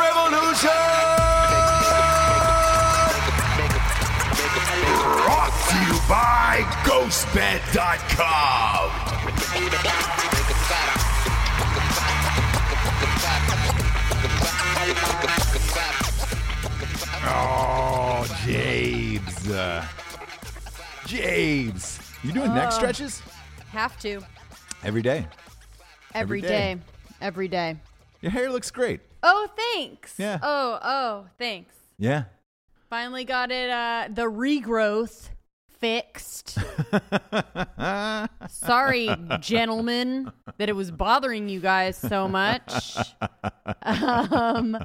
Revolution! Brought to you by GhostBed.com. Oh, James. Uh, James. You doing Oh. neck stretches? Have to. Every day. Every Every day. day. Every day. Your hair looks great. Oh, thanks. Yeah. Oh, oh, thanks. Yeah. Finally got it uh the regrowth fixed. Sorry, gentlemen, that it was bothering you guys so much. Um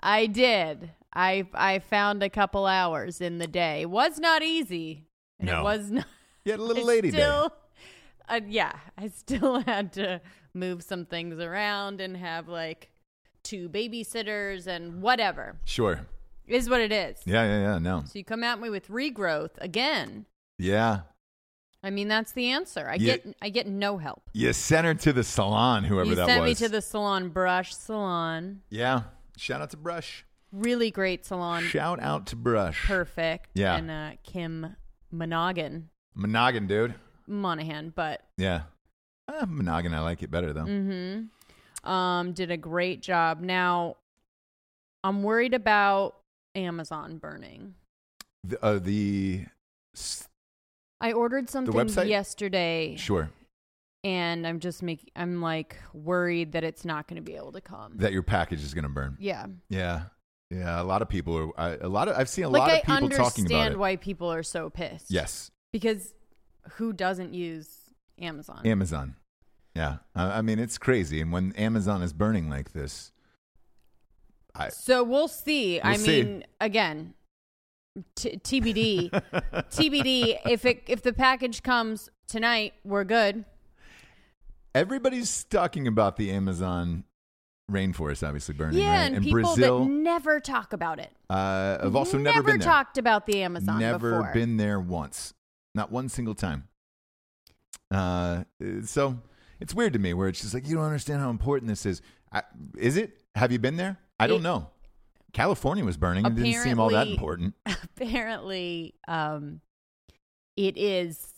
I did. I I found a couple hours in the day. It was not easy. And No. it was not You had a little I lady still, Uh, yeah, I still had to move some things around and have like two babysitters and whatever. Sure. It Is what it is. Yeah, yeah, yeah. No. So you come at me with regrowth again. Yeah. I mean, that's the answer. I Yeah. get I get no help. You sent her to the salon, whoever you that sent was. me to the salon, Brush Salon. yeah. Shout out to Brush. Really great salon. Shout out to Brush. Perfect. Yeah. And uh, Kim Monaghan. Monogin, dude. Monahan, but Yeah. Uh, Monogin, I like it better Mm. though. Mm-hmm. Um, did a great job. Now, I'm worried about Amazon burning. The, uh, the s- I ordered something website? yesterday, sure and I'm just making. I'm like worried that it's not going to be able to come. that your package is gonna burn. yeah, Yeah. Yeah. A lot of people are. I, a lot of. I've seen a lot like of I people talking about understand it. why people are so pissed. yes. because who doesn't use Amazon? Amazon. Yeah. I, I mean, it's crazy. And when Amazon is burning like this, I So we'll see. I We'll see. mean, again, t- TBD. TBD. If it if the package comes tonight, we're good. everybody's talking about the Amazon rainforest, obviously burning. Yeah, right? and, and people Brazil. that never talk about it. uh, I've also never, been there. talked about the Amazon never before. been there once, not one single time. Uh, so it's weird to me where it's just like you don't understand how important this is. I, is it? Have you been there? I don't It- know. California was burning. It didn't seem all that Apparently- important. Apparently, um, it is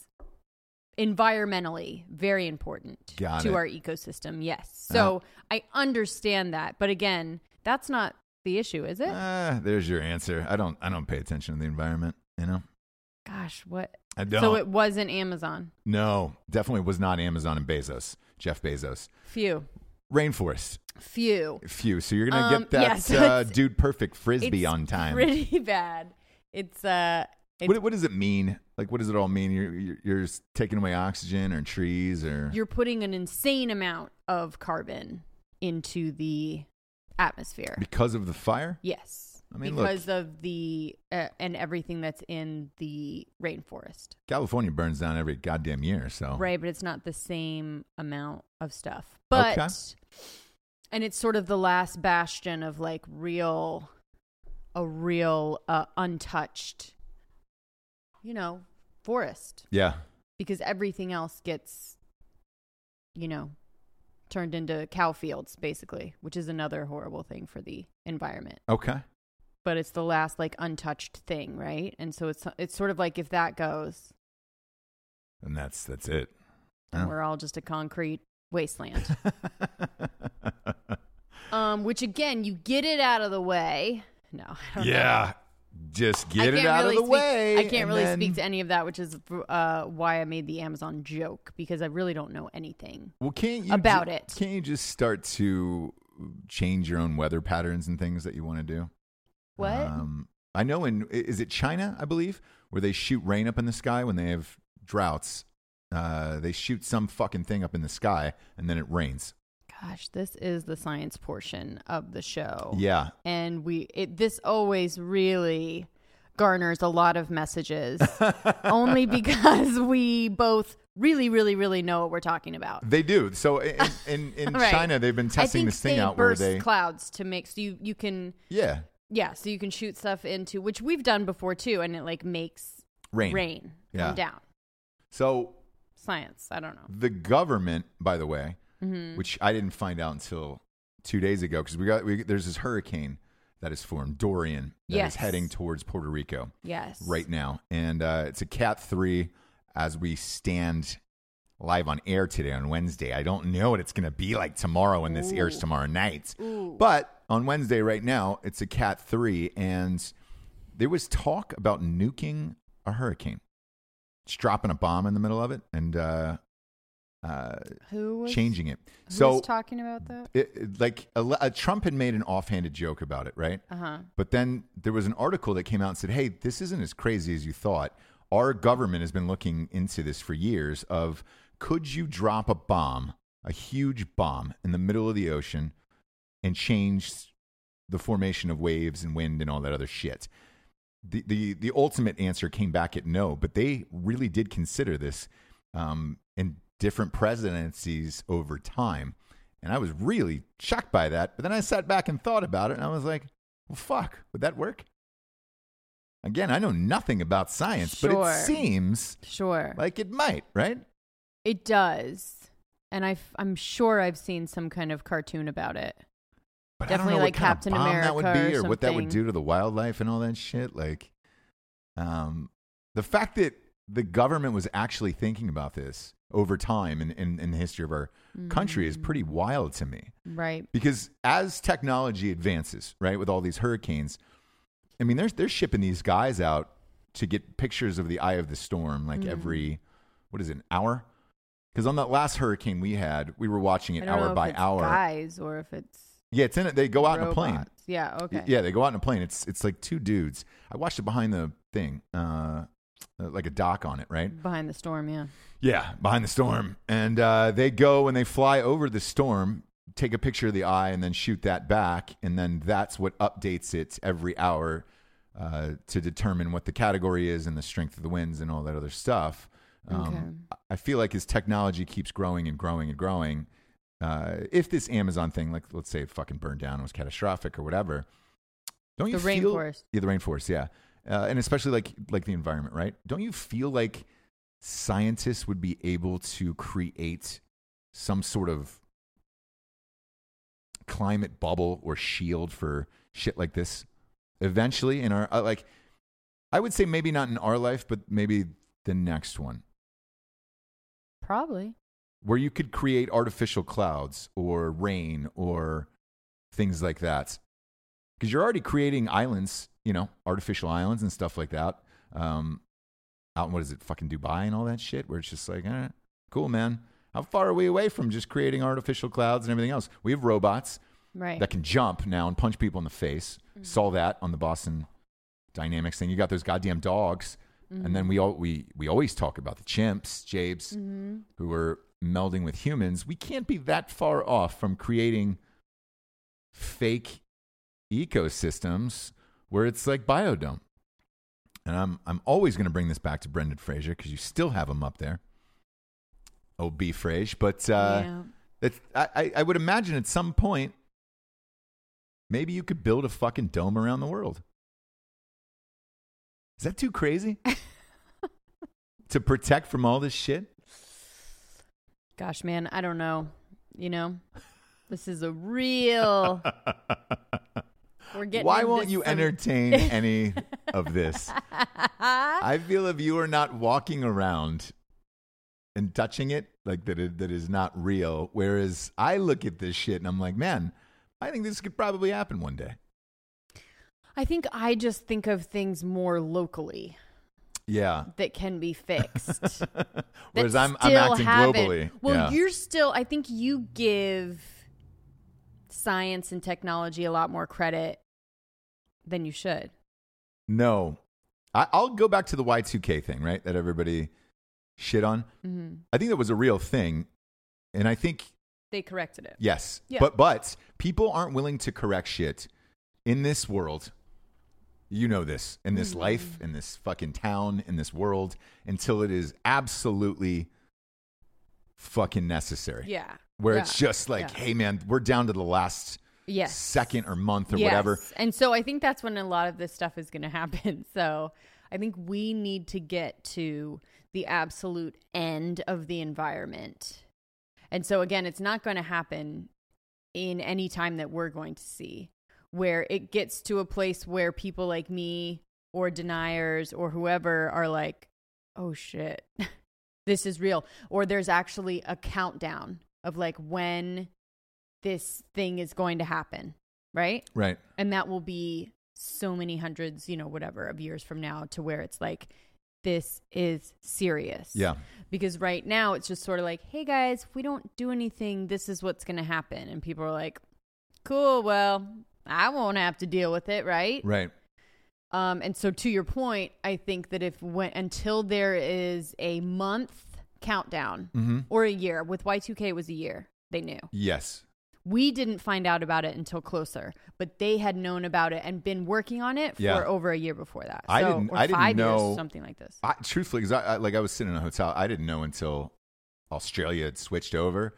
environmentally very important Got to it. Uh-huh. our ecosystem. Yes, so I understand that, but again, that's not the issue, is it? Ah, there's your answer. I don't. I don't pay attention to the environment. You know. Gosh, what? I don't. So it wasn't Amazon. no, definitely was not Amazon and Bezos. Jeff Bezos. Few, Rainforest. few. Few. So you're gonna Um, get that yeah, so uh, it's- dude perfect frisbee It's on time. Pretty bad. It's uh. It's What, what does it mean? Like, what does it all mean? You're, you're, you're s- taking away oxygen or trees or you're putting an insane amount of carbon into the atmosphere. because of the fire. Yes. I mean, look. because of the uh, and everything that's in the rainforest. California burns down every goddamn year, so Right, but it's not the same amount of stuff. But Okay. and it's sort of the last bastion of like real a real uh, untouched you know, forest yeah, because everything else gets you know, turned into cow fields basically, which is another horrible thing for the environment okay, but it's the last like untouched thing, right? And so it's it's sort of like if that goes, and that's that's it. then Yeah. we're all just a concrete wasteland. um, which again, you get it out of the way. No, I don't know. yeah, just I get it can't out really of the speak- way. I can't and really then- speak to any of that, which is uh, why I made the Amazon joke because I really don't know anything. Well, can't you about ju- it. Can't you just start to change your own weather patterns and things that you want to do? What? Um, I know in i- is it China, I believe, where they shoot rain up in the sky when they have droughts. Uh, they shoot some fucking thing up in the sky and then it rains. Gosh, this is the science portion of the show. Yeah, and we it, this always really garners a lot of messages only because we both really really really know what we're talking about they do. So in in, in Right. China, they've been I testing think this thing they out where burst they clouds to make so you you can yeah yeah so you can shoot stuff into which we've done before too and it like makes rain rain Yeah. come down So science I don't know the government, by the way, which I didn't find out until two days ago, because we got we, there's this hurricane that is formed, Dorian, that is Yes. heading towards Puerto Rico yes right now, and uh, it's a Cat three as we stand live on air today on Wednesday. I don't know what it's going to be like tomorrow when this airs tomorrow night, but on Wednesday right now, it's a Cat three, and there was talk about nuking a hurricane. Just dropping a bomb in the middle of it, and uh, who was changing it. who so, was talking about that it, it- like, a, le- a Trump had made an offhanded joke about it, right? uh huh But then there was an article that came out and said, "Hey, this isn't as crazy as you thought. Our government has been looking into this for years. Of could you drop a bomb, a huge bomb, in the middle of the ocean, and change the formation of waves and wind and all that other shit?" The the the ultimate answer came back at no, but they really did consider this um, in different presidencies over time. And I was really shocked by that. But then I sat back and thought about it, and I was like, well, fuck, would that work? Again, I know nothing about science, but Sure. it seems sure like it might, right? It does. And I am sure I've seen some kind of cartoon about it. But I Definitely don't know like what kind Captain of bomb that would America be or or, what that would something. do to the wildlife and all that shit. Like, um, the fact that the government was actually thinking about this over time in, in, in the history of our country Mm. is pretty wild to me. Right. because as technology advances, right, with all these hurricanes, I mean, they're they're shipping these guys out to get pictures of the eye of the storm, like Mm. every what is it, an hour? Because on that last hurricane we had, we were watching it I don't know hour if by it's hour. Guys, or if it's Yeah, it's in it. They go out robots. in a plane. Yeah. Okay. Yeah, they go out in a plane. It's it's like two dudes. I watched it behind the thing, uh, like a doc on it, right? Behind the storm. Yeah. Yeah, behind the storm. And uh, they go and they fly over the storm, take a picture of the eye, and then shoot that back. And then that's what updates it every hour uh, to determine what the category is and the strength of the winds and all that other stuff. Um, I I feel like as technology keeps growing and growing and growing, uh, if this Amazon thing, like let's say it fucking burned down and was catastrophic or whatever, don't you The feel rainforest. yeah the rainforest yeah, uh, and especially like like the environment right? Don't you feel like scientists would be able to create some sort of climate bubble or shield for shit like this eventually in our uh, like I would say maybe not in our life but maybe the next one Probably. where you could create artificial clouds or rain or things like that. Because you're already creating islands, you know, artificial islands and stuff like that. Um, out in what is it, fucking Dubai and all that shit, where it's just like, all right, cool, man. How far are we away from just creating artificial clouds and everything else? We have robots Right. that can jump now and punch people in the face. Saw that on the Boston Dynamics thing. You got those goddamn dogs, and then we all we we always talk about the chimps, japes, Mm-hmm. who are melding with humans. We can't be that far off from creating fake ecosystems where it's like biodome. And I'm I'm always going to bring this back to Brendan Fraser because you still have him up there. OB Frage, but uh, Yeah. it's, I, I- I would imagine at some point, maybe you could build a fucking dome around the world. Is that too crazy? to protect from all this shit? Gosh, man, I don't know. You know, this is a real. We're getting. Why into won't you some- entertain any of this? I feel if you are not walking around and touching it, like that, it, that is not real. Whereas I look at this shit and I'm like, man, I think this could probably happen one day. I think I just think of things more locally Yeah. that can be fixed. that Whereas I'm, I'm still acting haven't- globally. Well, yeah. you're still. I think you give science and technology a lot more credit than you should. No. I, I'll go back to the Y2K thing, right? That everybody shit on. hmm I think that was a real thing. And I think, They corrected it. yes. Yeah. But, but people aren't willing to correct shit in this world. You know this, in this Mm-hmm. life, in this fucking town, in this world, until it is absolutely fucking necessary. Yeah. Where Yeah. it's just like, Yeah. hey, man, we're down to the last Yes. second or month or Yes. whatever. And so I think that's when a lot of this stuff is going to happen. So I think we need to get to the absolute end of the environment. And so again, it's not going to happen in any time that we're going to see where it gets to a place where people like me or deniers or whoever are like, "Oh shit. this is real." Or there's actually a countdown of like when this thing is going to happen, right? Right. and that will be so many hundreds you know whatever of years from now to where it's like this is serious Yeah. because right now it's just sort of like hey guys if we don't do anything this is what's going to happen and people are like cool well i won't have to deal with it right Right. um, and so, to your point, I think that if when until there is a month countdown or a year, with Y2K it was a year, they knew. Yes. We didn't find out about it until closer, but they had known about it and been working on it for Yeah. over a year before that. I So- didn't- or I didn't five know- years, something like this. I, truthfully, because I, I like I was sitting in a hotel, I didn't know until Australia had switched over,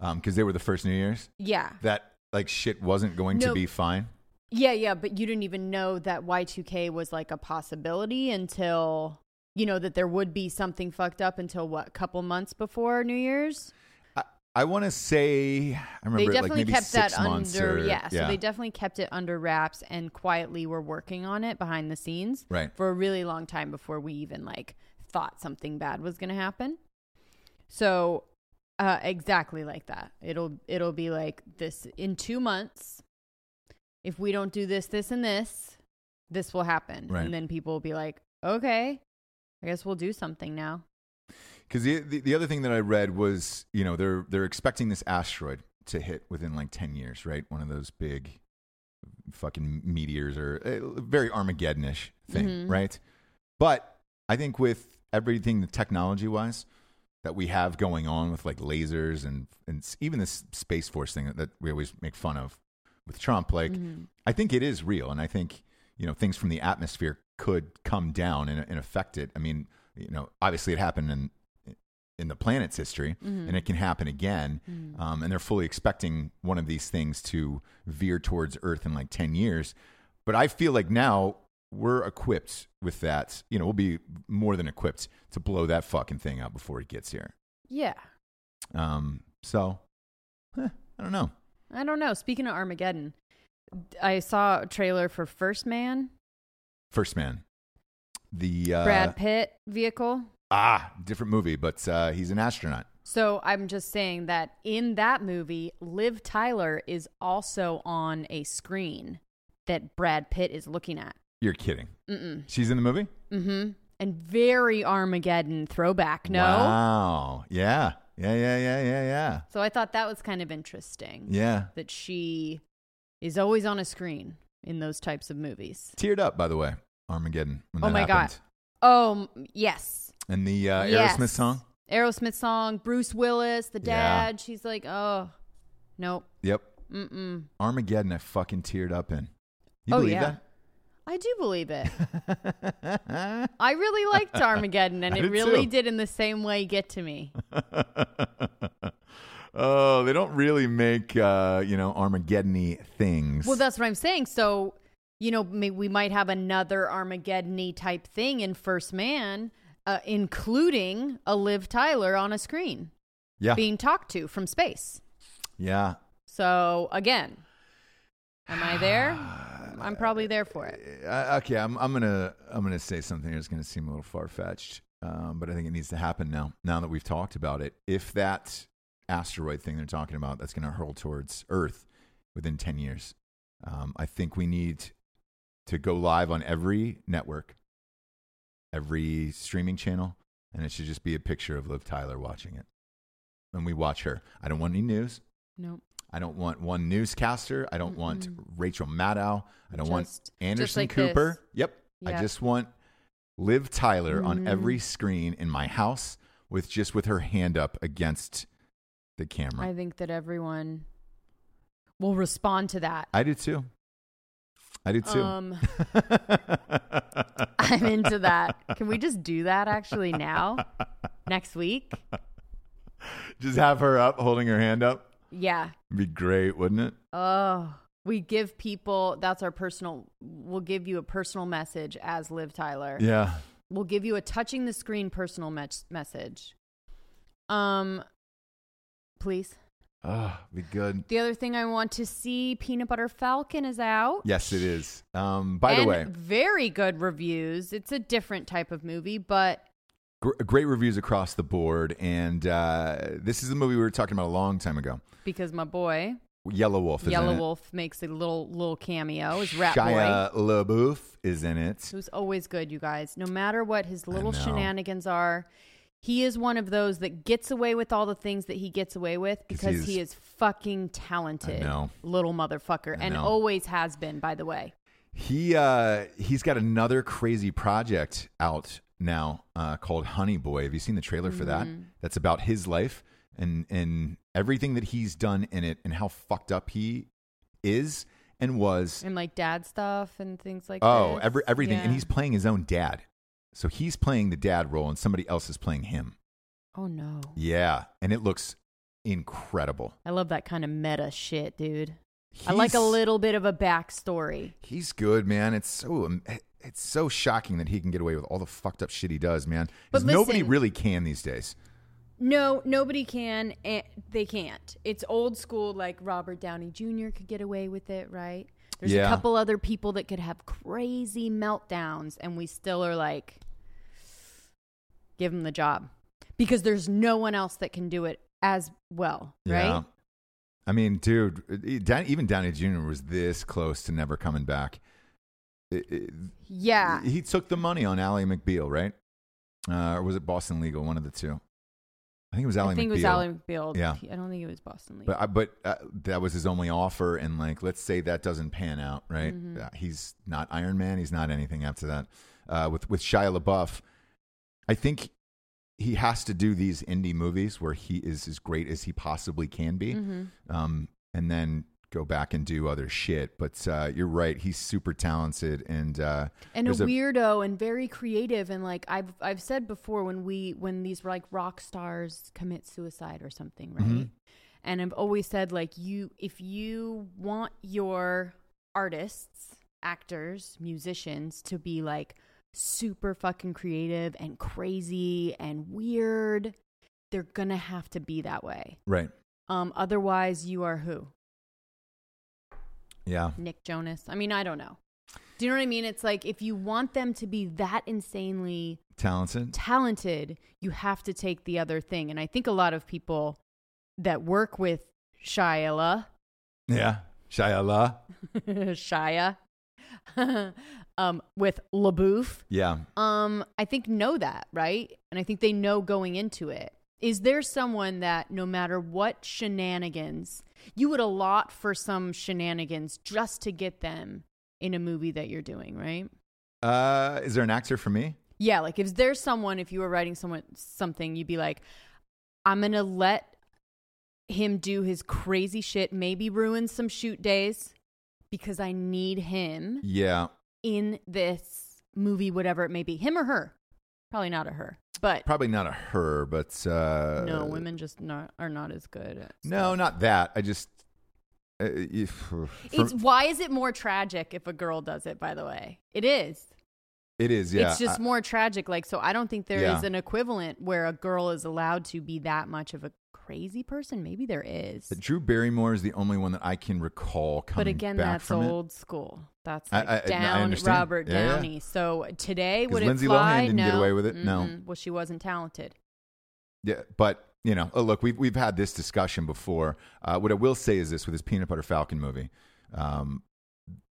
because they were the first New Year's Yeah, that like shit wasn't going to No. be fine. yeah, yeah. But you didn't even know that Y2K was like a possibility until you know that there would be something fucked up until what couple months before New Year's. I, I want to say I remember they it, definitely like maybe kept six that months under or- yeah, so they definitely kept it under wraps and quietly were working on it behind the scenes Right. for a really long time before we even like thought something bad was going to happen so uh exactly like that it'll it'll be like this in 2 months if we don't do this this and this this will happen Right. and then people will be like okay i guess we'll do something now Because the, the the other thing that I read was you know they're they're expecting this asteroid to hit within like ten years, right? One of those big fucking meteors or uh, very Armageddonish thing, Mhm. right? But I think with everything the technology wise that we have going on with like lasers and and s- even this space force thing that, that we always make fun of with Trump, like I think it is real, and I think you know things from the atmosphere could come down and, and affect it. I mean, you know, obviously it happened in in the planet's history, Mm-hmm. and it can happen again. Mm. Um, and they're fully expecting one of these things to veer towards Earth in like ten years. But I feel like now we're equipped with that. You know, we'll be more than equipped to blow that fucking thing up before it gets here. yeah Um, so eh, I don't know. I don't know. Speaking of Armageddon, d- I saw a trailer for First Man, First man, the uh, Brad Pitt vehicle. Ah, different movie, but uh, he's an astronaut. So I'm just saying that in that movie, Liv Tyler is also on a screen that Brad Pitt is looking at. You're kidding. Mm-mm. She's in the movie? Mm-hmm. And very Armageddon throwback. No. Wow. Yeah. Yeah, yeah, yeah, yeah, yeah. So I thought that was kind of interesting. Yeah. That she is always on a screen in those types of movies. Teared up, by the way, Armageddon. When Oh that my happened. Oh, m- yes. God. And the uh, Yes. Aerosmith song? Aerosmith song, Bruce Willis, the Yeah. dad. She's like, oh, nope. Yep. Mm-mm. Armageddon, I fucking teared up in. You Oh, believe yeah. I do believe it. that? I really liked Armageddon, and I it did really too. did in the same way get to me. oh, they don't really make uh, you know Armageddon things. Well, that's what I'm saying. So, you know, may, we might have another Armageddon type thing in First Man, uh, including a Liv Tyler on a screen yeah, being talked to from space. yeah. So, again, am I there? I'm probably there for it. Uh, okay, I'm, I'm gonna I'm gonna say something that's gonna seem a little far fetched, um, but I think it needs to happen now. Now that we've talked about it, if that asteroid thing they're talking about that's gonna hurl towards Earth within ten years, um, I think we need to go live on every network, every streaming channel, and it should just be a picture of Liv Tyler watching it, and we watch her. I don't want any news. No, I don't want one newscaster. I don't want Rachel Maddow. I don't want Just- Anderson just like Cooper. this. Yep. I Yeah. Mm-hmm. just want Liv Tyler on every screen in my house with just with her hand up against the camera. I think that everyone will respond to that. I, do too. I do too. Um, I'm into that. Can we just do that actually now? Next week? just have her up, holding her hand up. Yeah. It'd be great, wouldn't it? Oh, we give people that's our personal. We'll give you a personal message as Liv Tyler. Yeah. We'll give you a touching the screen personal mes- message. Um, please. Ah, be good. The other thing I want to see, Peanut Butter Falcon is out. Yes, it is. Um, by the And way, very good reviews. It's a different type of movie, but Gr- great reviews across the board. And uh, this is a movie we were talking about a long time ago. because my boy Yellow Wolf is Yellow in Wolf makes a little little cameo. it. Is Rat Boy. Shia LaBeouf is in it. who's always good, you guys. No matter what his little know. shenanigans are, he is one of those that gets away with all the things that he gets away with 'Cause because he's- he is fucking talented, know. little motherfucker, I and know. always has been. By the way, He uh, he's got another crazy project out now uh, called Honey Boy. Have you seen the trailer for that? Mm. That's about his life and and everything that he's done in it and how fucked up he is and was. and like dad stuff and things like oh, this. every, everything, Yeah. and he's playing his own dad. So he's playing the dad role, and somebody else is playing him. oh no, Yeah, and it looks incredible. I love that kind of meta shit, dude. I like a He's- little bit of a backstory. He's good, man. It's so um, it's so shocking that he can get away with all the fucked up shit he does, man. 'Cause But nobody listen- really can these days. No, nobody can. And they can't. It's old school. Like Robert Downey Jr. could get away with it, right? There's Yeah. a couple other people that could have crazy meltdowns, and we still are like, give them the job because there's no one else that can do it as well, right? I mean, dude, e- Dan- even Downey Jr. was this close to never coming back. It- it- Yeah. He took the money on Ally McBeal, right? Uh, or was it Boston Legal? One of the two. I think it was Ally I think McBeal. it was Ally McBeal. Yeah. I don't think it was Boston League. But I, but uh, that was his only offer, and like, let's say that doesn't pan out, right? Mm-hmm. Uh, he's not Iron Man. He's not anything after that. Uh, with with Shia LaBeouf, I think he has to do these indie movies where he is as great as he possibly can be, Mm-hmm. um, and then go back and do other shit. But uh, you're right; he's super talented, and uh, and a there's weirdo and very creative and like I've I've said before when we when these like rock stars commit suicide or something, right? And I've always said like you if you want your artists, actors, musicians to be like super fucking creative and crazy and weird, they're going to have to be that way. right, Um otherwise you are who? yeah, Nick Jonas. I mean, I don't know. Do you know what I mean? It's like if you want them to be that insanely talented, talented, you have to take the other thing. And I think a lot of people that work with Shia, yeah, Shia La, Shia, um, with LaBouffe, yeah. um, I think know that, right? And I think they know going into it. Is there someone that no matter what shenanigans, you would allot for some shenanigans just to get them in a movie that you're doing, right? Uh, is there an actor for me? Yeah, like if there's someone, if you were writing someone something, you'd be like, I'm gonna let him do his crazy shit, maybe ruin some shoot days because I need him Yeah. in this movie, whatever it may be. Him or her. Probably not a her. But Probably not a her, but uh, no, women just not, are not as good. At No, not that. I just. Uh, if, for- it's why is it more tragic if a girl does it, by the way? It is. it is. Yeah. it's just I- more tragic. Like, so I don't think there is Yeah. an equivalent where a girl is allowed to be that much of a crazy person. Maybe there is. Uh, Drew Barrymore is the only one that I can recall coming But again, back that's from it. old school. That's I- like I- I- I down understand. Robert Yeah, yeah. Downey. So today, 'Cause would it Lindsay Lohan fly? didn't no. get away with it. No. Mm-mm. Well, she wasn't talented. Yeah, but you know, oh, look, we've we've had this discussion before. Uh, what I will say is this: with this Peanut Butter Falcon movie, um,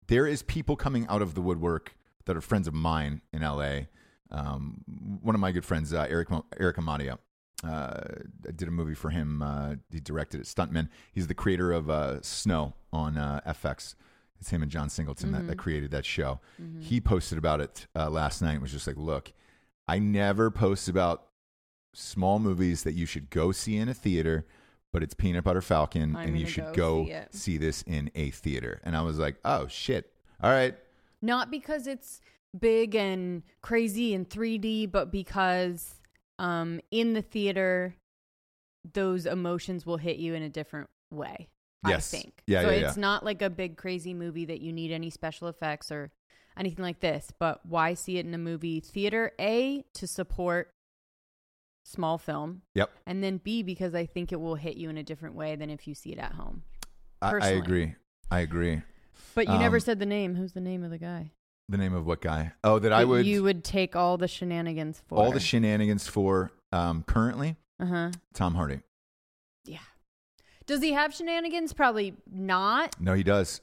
there is people coming out of the woodwork that are friends of mine in L.A. Um, one of my good friends, uh, Eric Mo- Eric Amadio, uh, I did a movie for him. Uh, he directed it, Stuntman. He's the creator of uh, Snow on uh, FX. It's him and John Singleton that, Mm-hmm. that created that show. He posted about it uh, last night. and Was just like, look, I never post about small movies that you should go see in a theater, but it's Peanut Butter Falcon, I'm and you gonna should go go, see it. see this in a theater. And I was like, oh shit, all right, Not because it's big and crazy and 3D, but because um, in the theater, those emotions will hit you in a different way. Yes. I think. Yeah, so yeah, it's yeah. not like a big crazy movie that you need any special effects or anything like this. But why see it in a movie theater? A to support small film, yep, and then B because I think it will hit you in a different way than if you see it at home. I, I Personally. agree, I agree. But you never Um, said the name. Who's the name of the guy? The name of what guy? Oh, that I that would, you would take all the shenanigans for all the shenanigans for um, currently Uh huh. Tom Hardy. Yeah. Does he have shenanigans? Probably not. No, he does.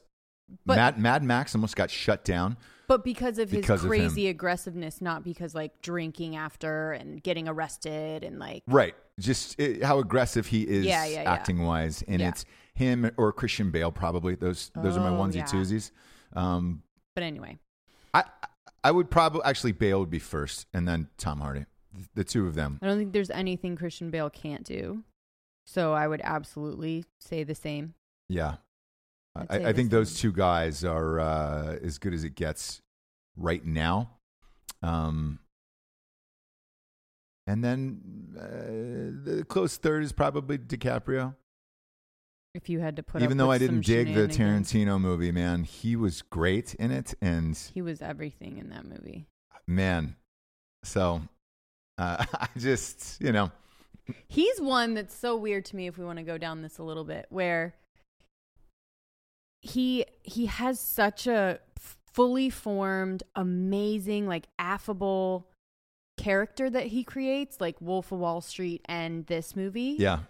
But- Mad Mad Max almost got shut down. But because of his Because of him. crazy aggressiveness, not because like drinking after and getting arrested and like Right. Just it, how aggressive he is Yeah, yeah, yeah. acting wise. And Yeah. it's him or Christian Bale, probably. Those, those are my Oh, onesie yeah. twosies. Um, But anyway, I, I would probably actually Bale would be first and then Tom Hardy. The, the two of them. I don't think there's anything Christian Bale can't do. So I would absolutely say the same. Yeah. I'd I, say I the think those same. two guys are uh, as good as it gets right now. Um, and then uh, the close third is probably DiCaprio. If you had to put Even up though with I didn't some dig the shenanigans. Tarantino movie, man, he was great in it, and he was everything in that movie. man, so uh, I just you know, He's one that's so weird to me if we want to go down this a little bit where he he has such a fully formed amazing like affable character that he creates like Wolf of Wall Street and this movie yeah,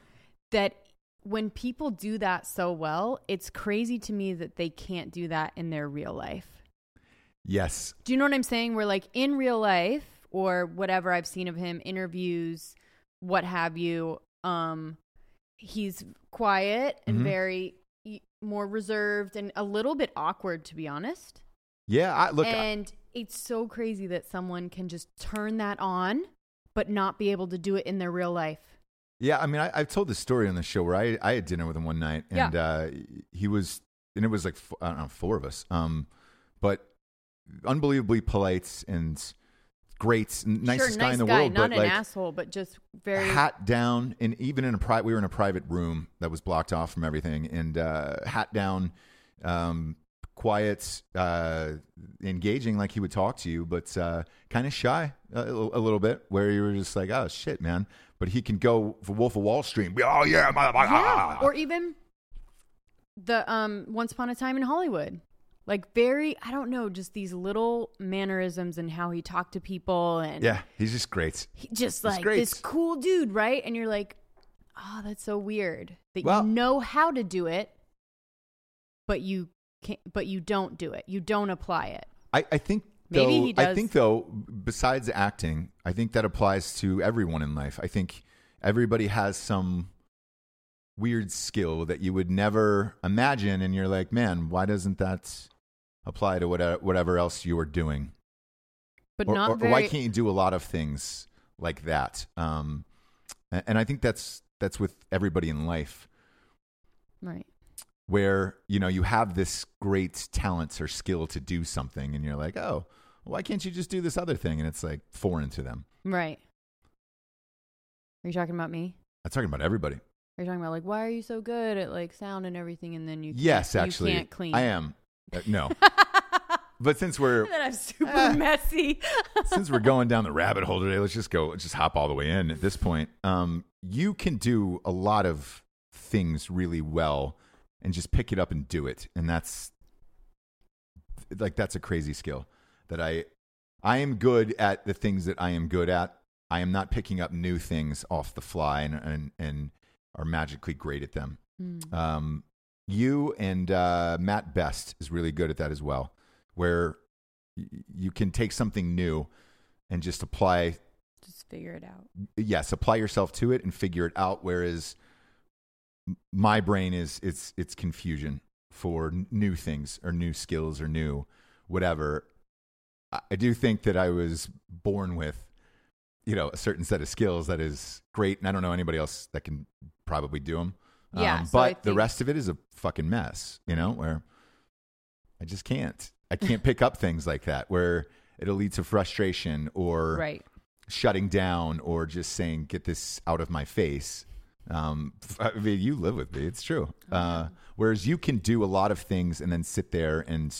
that when people do that so well it's crazy to me that they can't do that in their real life yes, do you know what I'm saying? Where like in real life or whatever I've seen of him, interviews, what have you, um, he's quiet and Mhm. very y- more reserved and a little bit awkward, to be honest. yeah. I, look, I, and it's so crazy that someone can just turn that on, but not be able to do it in their real life. yeah. I mean, I, I've told this story on the show where I, I had dinner with him one night, and uh, he was, and it was like f- I don't know, four of us, um, but unbelievably polite and great, n- nicest sure, guy nice in the guy, world, not but an like. asshole, but just very. hat down and even in a private we were in a private room that was blocked off from everything and uh hat down um quiet uh engaging like he would talk to you but uh kind of shy uh, a, a little bit where you were just like oh shit man but he can go for wolf of wall street and be, oh yeah, my, my, yeah. ah." or even the um once upon a time in hollywood like very i don't know just these little mannerisms and how he talked to people and yeah he's just great he just like great. this cool dude right and you're like oh that's so weird that Well- you know how to do it but you can't but you don't do it you don't apply it I, I think Maybe though, he I does. think though, besides acting, I think that applies to everyone in life. I think everybody has some weird skill that you would never imagine, and you're like, man, why doesn't that apply to what, whatever else you are doing? but or, not or- or very why can't you do a lot of things like that? Um, a- and I think that's that's with everybody in life. Right. where you know you have this great talent or skill to do something and you're like oh why can't you just do this other thing and it's like foreign to them Right. Are you talking about me? i'm talking about everybody Are you talking about like why are you so good at like sound and everything and then you yes can't, actually you can't clean. i am Uh, no but since we're that I'm super Ah. messy. since we're going down the rabbit hole today let's just go let's just hop all the way in at this point um, you can do a lot of things really well and just pick it up and do it and that's like that's a crazy skill that i i am good at the things that i am good at i am not picking up new things off the fly and and, and are magically great at them Hmm, um, you and uh, Matt Best is really good at that as well, where y- you can take something new and just apply, Just figure it out. yes, apply yourself to it and figure it out. Whereas m- my brain is it's it's confusion for n- new things or new skills or new whatever. I, I do think that I was born with. You know, a certain set of skills that is great, and I don't know anybody else that can probably do them Yeah, um, so but I the think- rest of it is a fucking mess, you know, where I just can't. I can't pick up things like that where it'll lead to frustration or Right. shutting down or just saying, get this out of my face. Um, I mean, you live with me. It's true. Oh, Uh, whereas you can do a lot of things and then sit there and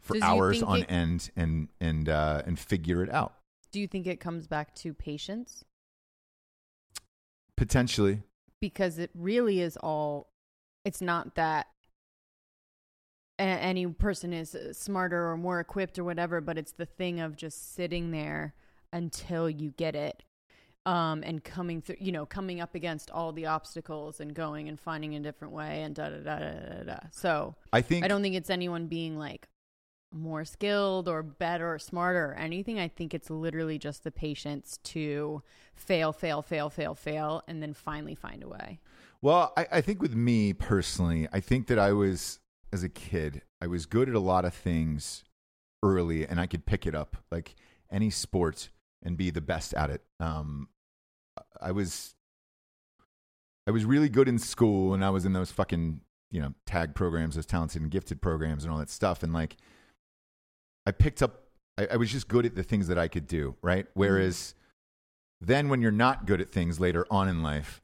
for Does you hours think on it- end and, and, uh, and figure it out Do you think it comes back to patience? potentially. because it really is all it's not that a- any person is uh, smarter or more equipped or whatever but it's the thing of just sitting there until you get it um and coming through you know coming up against all the obstacles and going and finding a different way and da da da da da, da, da. so I think i don't think it's anyone being like more skilled or better or smarter or anything i think it's literally just the patience to fail fail fail fail fail and then finally find a way Well, I, I think with me personally, I think that I was as a kid, I was good at a lot of things early, and I could pick it up like any sport and be the best at it. Um, I was, I was really good in school, and I was in those fucking you know tag programs, those talented and gifted programs, and all that stuff, and like I picked up. I, I was just good at the things that I could do, right? Whereas then, when you're not good at things later on in life,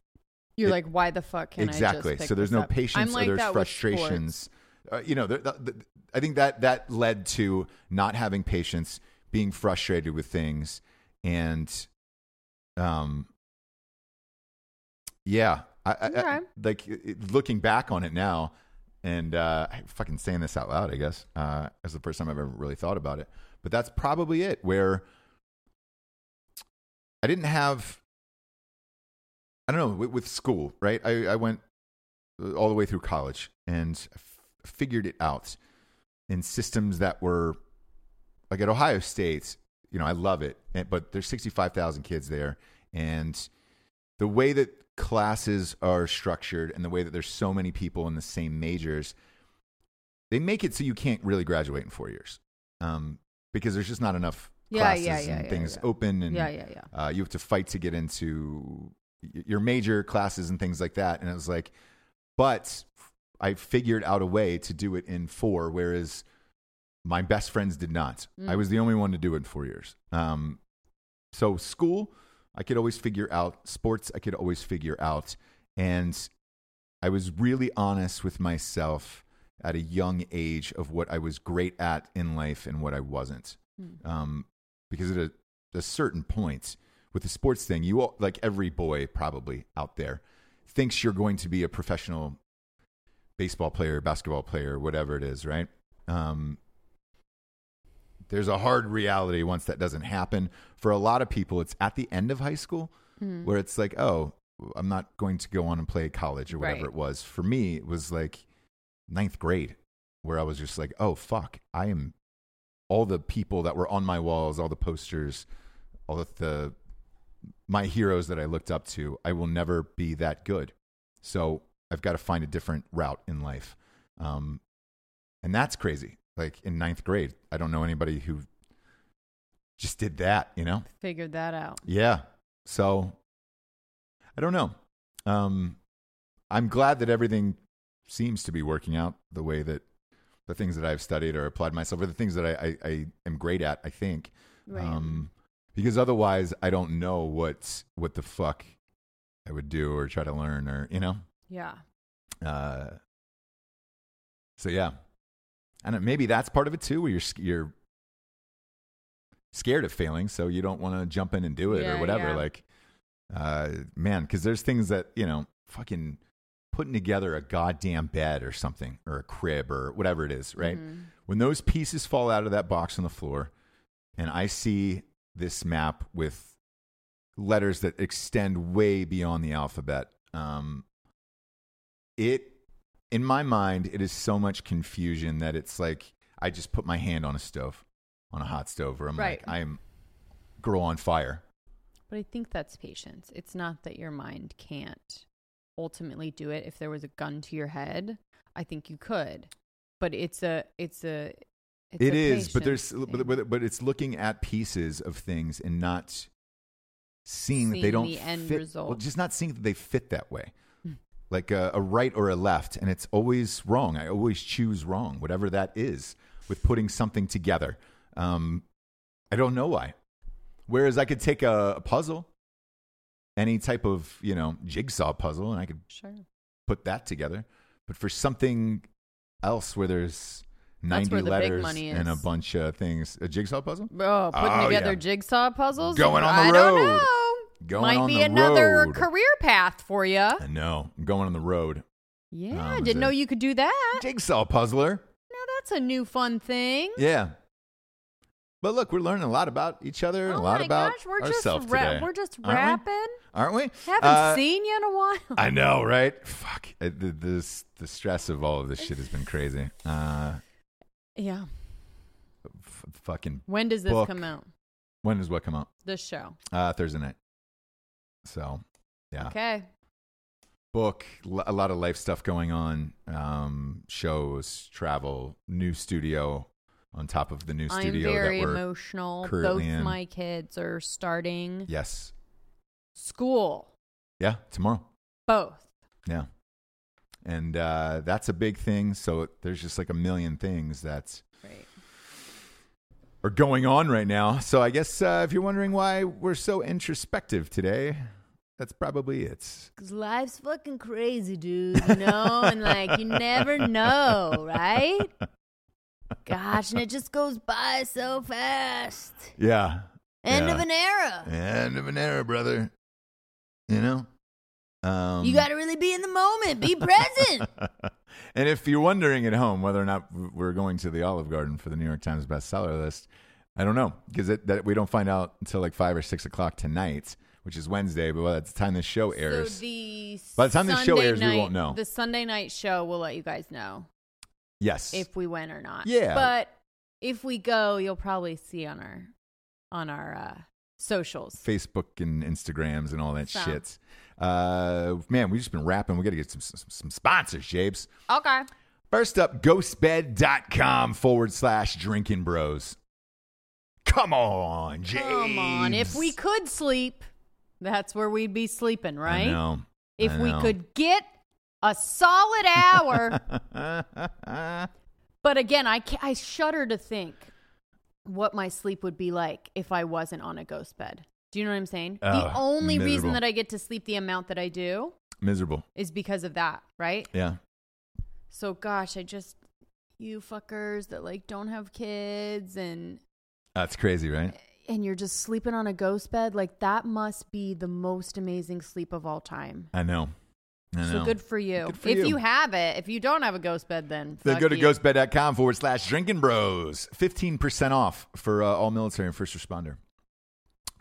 You're It- like, why the fuck can I exactly just pick so there's this no up? I'm patience like or there's that with sports. frustrations uh, you know there, th th i think that that led to not having patience being frustrated with things and um yeah i, I, I Okay. like it- it- looking back on it now and uh I'm fucking saying this out loud i guess uh that's the first time i've ever really thought about it but that's probably it where i didn't have I don't know with, with school, right? I, I went uh, all the way through college and f- figured it out in systems that were like at Ohio State. You know, I love it, and- but there's 65,000 kids there, and the way that classes are structured and the way that there's so many people in the same majors, they make it so you can't really graduate in four years um, because there's just not enough Yeah, classes yeah, yeah, and yeah, things yeah. open and Yeah, yeah, yeah. uh, you have to fight to get into y- your major classes and things like that. And it was like, but I figured out a way to do it in four, whereas my best friends did not. Mm. I was the only one to do it in four years. Um, so school, I could always figure out. Sports, I could always figure out. And I was really honest with myself at a young age of what I was great at in life and what I wasn't. Hmm. Um, because at a, a certain point with the sports thing, you all, like every boy probably out there thinks you're going to be a professional baseball player, basketball player, whatever it is, right? Um, there's a hard reality once that doesn't happen. For a lot of people, it's at the end of high school where it's like, oh, I'm not going to go on and play college or whatever Right. it was. For me, it was like ninth grade where I was just like, oh, fuck, I am all the people that were on my walls, all the posters, all the, the my heroes that I looked up to, I will never be that good. So I've got to find a different route in life. Um, and that's crazy. Like in ninth grade, I don't know anybody who just did that, you know? Figured that out. Yeah. So I don't know. Um, I'm glad that everything seems to be working out the way that the things that I've studied or applied myself are the things that I, I, I am great at, I think. Right. Um, because otherwise, I don't know what, what the fuck I would do or try to learn or, you know? yeah. Uh, so, yeah. And maybe that's part of it too, where you're, sc- you're scared of failing, so you don't want to jump in and do it Yeah, or whatever. yeah. Like, uh, man, because there's things that, you know, fucking putting together a goddamn bed or something or a crib or whatever it is, right? Mhm. when those pieces fall out of that box on the floor and i see this map with letters that extend way beyond the alphabet um, it in my mind it is so much confusion that it's like i just put my hand on a stove on a hot stove or i'm Right. like i'm girl on fire But I think that's patience. It's not that your mind can't ultimately do it. If there was a gun to your head, I think you could. But it's a, it's a, it's It a is, but patience there's but, thing. but, but it's looking at pieces of things and not seeing, that they Seeing don't the end fit, result. Hmm. Well, just not seeing that they fit that way, like a, a right or a left, and it's always wrong. I always choose wrong, whatever that is, with putting something together. Um, I don't know why. Whereas I could take a, a puzzle, any type of you know jigsaw puzzle, and I could sure. put that together. But for something else where there's 90 That's where the big letters money and a is. bunch of things, a jigsaw puzzle? Oh, putting Oh, together yeah. jigsaw puzzles. Going on the I don't road. know. Going Might on be the another road. career path for you. I know. I'm going on the road. Yeah, Um, didn't the- know you could do that. Jigsaw puzzler. Now that's a new fun thing. Yeah. But look, we're learning a lot about each other and oh a lot my about gosh, we're just ourselves ra- today. we're just Aren't we? rapping. Aren't we? Haven't Uh, seen you in a while. I know, right? Fuck. Uh, The, this, the stress of all of this shit has been crazy. Uh, yeah. f- fucking. When does this Book. come out? When does what come out? This show. Uh, Thursday night. So, yeah. Okay. book, l- a lot of life stuff going on, um, shows, travel, new studio on top of the new I'm studio very that we're emotional. Both currently in. my kids are starting yes, school. yeah, tomorrow, Both. yeah, and uh, that's a big thing. So there's just like a million things that Right. are going on right now. So I guess uh, if you're wondering why we're so introspective today, that's probably it. Cause life's fucking crazy, dude. You know, and like you never know, right? Gosh, and it just goes by so fast. Yeah, End Yeah. of an era. end of an era, brother. You know, um, you got to really be in the moment. Be present. and if you're wondering at home whether or not we're going to the Olive Garden for the New York Times bestseller list, I don't know because that we don't find out until like five or six o'clock tonight, which is Wednesday. But by the time the show airs, So the By the time this show Sunday airs, we night- won't know. The Sunday night show will let you guys know yes, if we win or not. Yeah. But if we go, you'll probably see on our on our uh, socials. Facebook and Instagrams and all that So. shit. Uh, man, we've just been rapping. We got to get some some, some sponsors, Japes. Okay. First up, ghostbed.com forward slash drinking bros. Come on, Japes. Come on. If we could sleep, that's where we'd be sleeping, I right? know. if I we know. could get a solid hour. but again, I ca I shudder to think what my sleep would be like if I wasn't on a ghost bed. Do you know what I'm saying? the Oh, only reason miserable. that I get to sleep the amount that I do Miserable. is because of that, right? Yeah. So gosh, I just you fuckers that like don't have kids and That's crazy, right? and you're just sleeping on a ghost bed, like that must be the most amazing sleep of all time. I know. I know. So good for you. Good for if you. you. have it, if you don't have a ghost bed, then Then fuck go to you. ghostbed.com forward slash drinking bros. 15% off for uh, all military and first responder.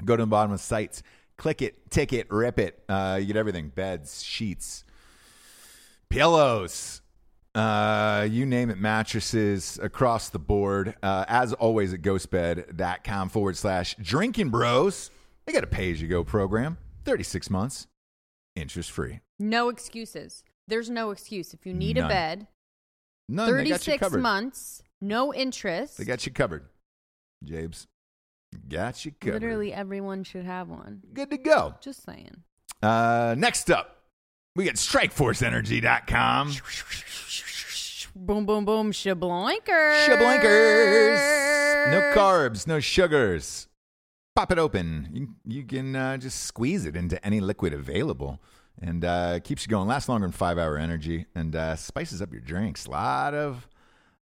Go to the bottom of the sites, click it, tick it, rip it. Uh, you get everything beds, sheets, pillows, uh, you name it, mattresses across the board. Uh, as always at ghostbed.com forward slash drinking bros. They got a pay as you go program, 36 months, interest free. No excuses. There's no excuse. If you need a None. bed, None, they got you 36 covered. months, no interest. They got you covered, Jabes. Got you covered. Literally everyone should have one. Good to go. Just saying. Uh, next up, We got strikeforceenergy.com. Boom, boom, boom. Shabloinkers. Shablinkers. No carbs, no sugars. Pop it open. You, you can uh, just squeeze it into any liquid available and uh, keeps you going. Lasts longer than five hour energy and uh, spices up your drinks. Lot of,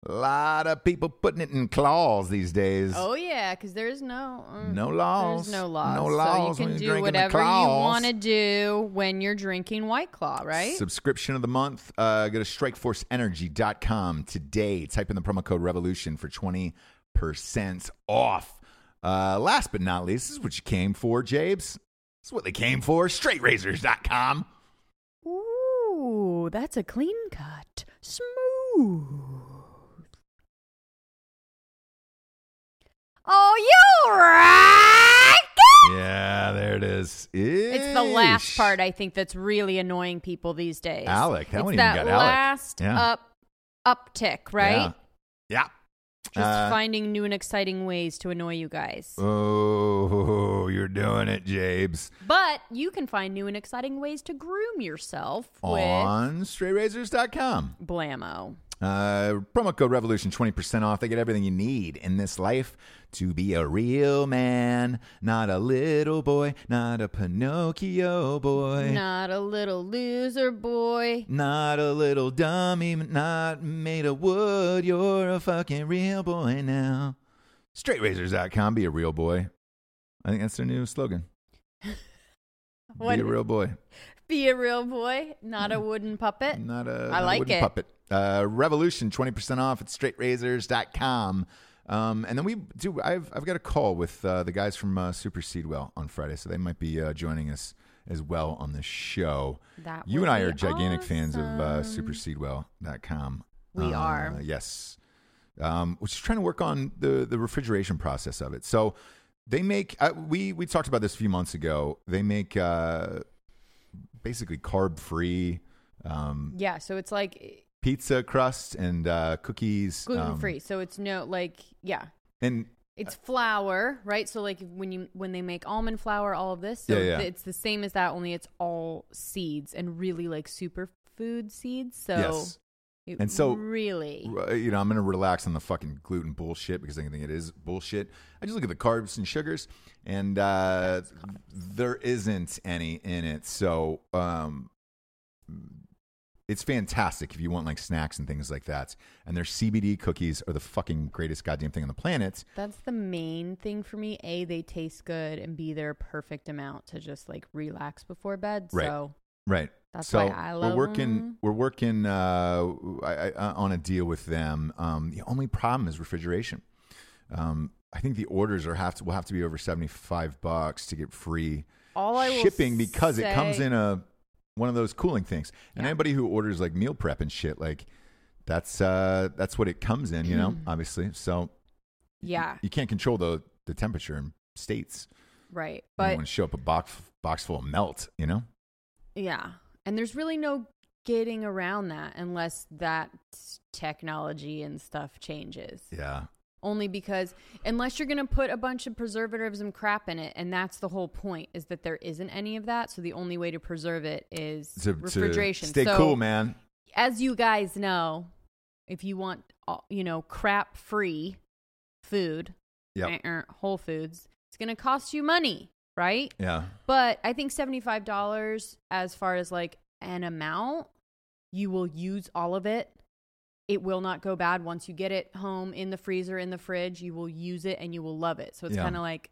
lot of people putting it in claws these days. Oh, yeah, because there's no. mm, No laws. There's no laws. No laws So you when can you're do drinking the whatever you claws. want to do when you're drinking White Claw, right? Subscription of the month. Uh, go to strikeforceenergy.com today. Type in the promo code revolution for 20% off. Uh, last but not least, this is what you came for, Jabes. This is what they came for. Straightrazors.com. Ooh, that's a clean cut. Smooth. Oh, you right? Yeah, there it is. It's the last Eesh. part I think that's really annoying people these days. Alec, that it's one even that got Alec. last Yeah. up uptick, right? Yeah. Just Uh, finding new and exciting ways to annoy you guys. Oh, you're doing it, Jabes. but you can find new and exciting ways to groom yourself with On straightrazors.com. Blammo. Uh, promo code revolution 20% off. They get everything you need in this life to be a real man, not a little boy, not a Pinocchio boy, Not a little loser boy. not a little dummy, not made of wood. You're a fucking real boy now. StraightRazors.com, be a real boy. I think that's their new slogan. What- Be a real boy, Be a real boy, not a wooden puppet. not a, not I a like wooden it. puppet. Uh, revolution 20% off at straightrazors.com. Um, and then we do. I've I've got a call with uh, the guys from uh, Super Seedwell on Friday, so they might be uh, joining us as well on the show. That you would and I be are gigantic fans of uh, awesome. superseedwell.com. We Uh, are. yes. Um, we're just trying to work on the the refrigeration process of it. So they make uh, we we talked about this a few months ago. They make uh, basically carb free um, Yeah, so it's like pizza crust and uh, cookies, um, uh, gluten free. so it's no like yeah. and It's flour, right? So like when you when they make almond flour, all of this, so Yeah, yeah. th- it's the same as that, only it's all seeds and really like superfood seeds. So yes. it And so- really Right, you know, I'm going to relax on the fucking gluten bullshit because I think it is bullshit. I just look at the carbs and sugars, and uh, there isn't any in it. So um, it's fantastic if you want like snacks and things like that. And their CBD cookies are the fucking greatest goddamn thing on the planet. that's the main thing for me. A, they taste good, and B, they're a perfect amount to just like relax before bed. Right. So Right. That's so why I we're love working. 'em. We're working uh, I, I, on a deal with them. Um, the only problem is refrigeration. Um, I think the orders are have to will have to be over seventy five bucks to get free all I will shipping because it comes say- in a one of those cooling things. And anybody who orders like meal prep and shit, like that's uh, that's what it comes in. You know, obviously. So Mm. Yeah, you can't control the the temperature in states. right. But you But don't want to show up a box box full of melt. You know. Yeah. And there's really no getting around that unless that technology and stuff changes. Yeah. Only because unless you're going to put a bunch of preservatives and crap in it and that's the whole point is that there isn't any of that, so the only way to preserve it is To- to refrigeration. stay so, cool, man. As you guys know, if you want all- you know crap-free food, Yep. uh-uh, Whole Foods, it's going to cost you money, right? Yeah. But I think $75 as far as like an amount, you will use all of it. It will not go bad once you get it home in the freezer, in the fridge. You will use it and you will love it. So it's Yeah. kind of like,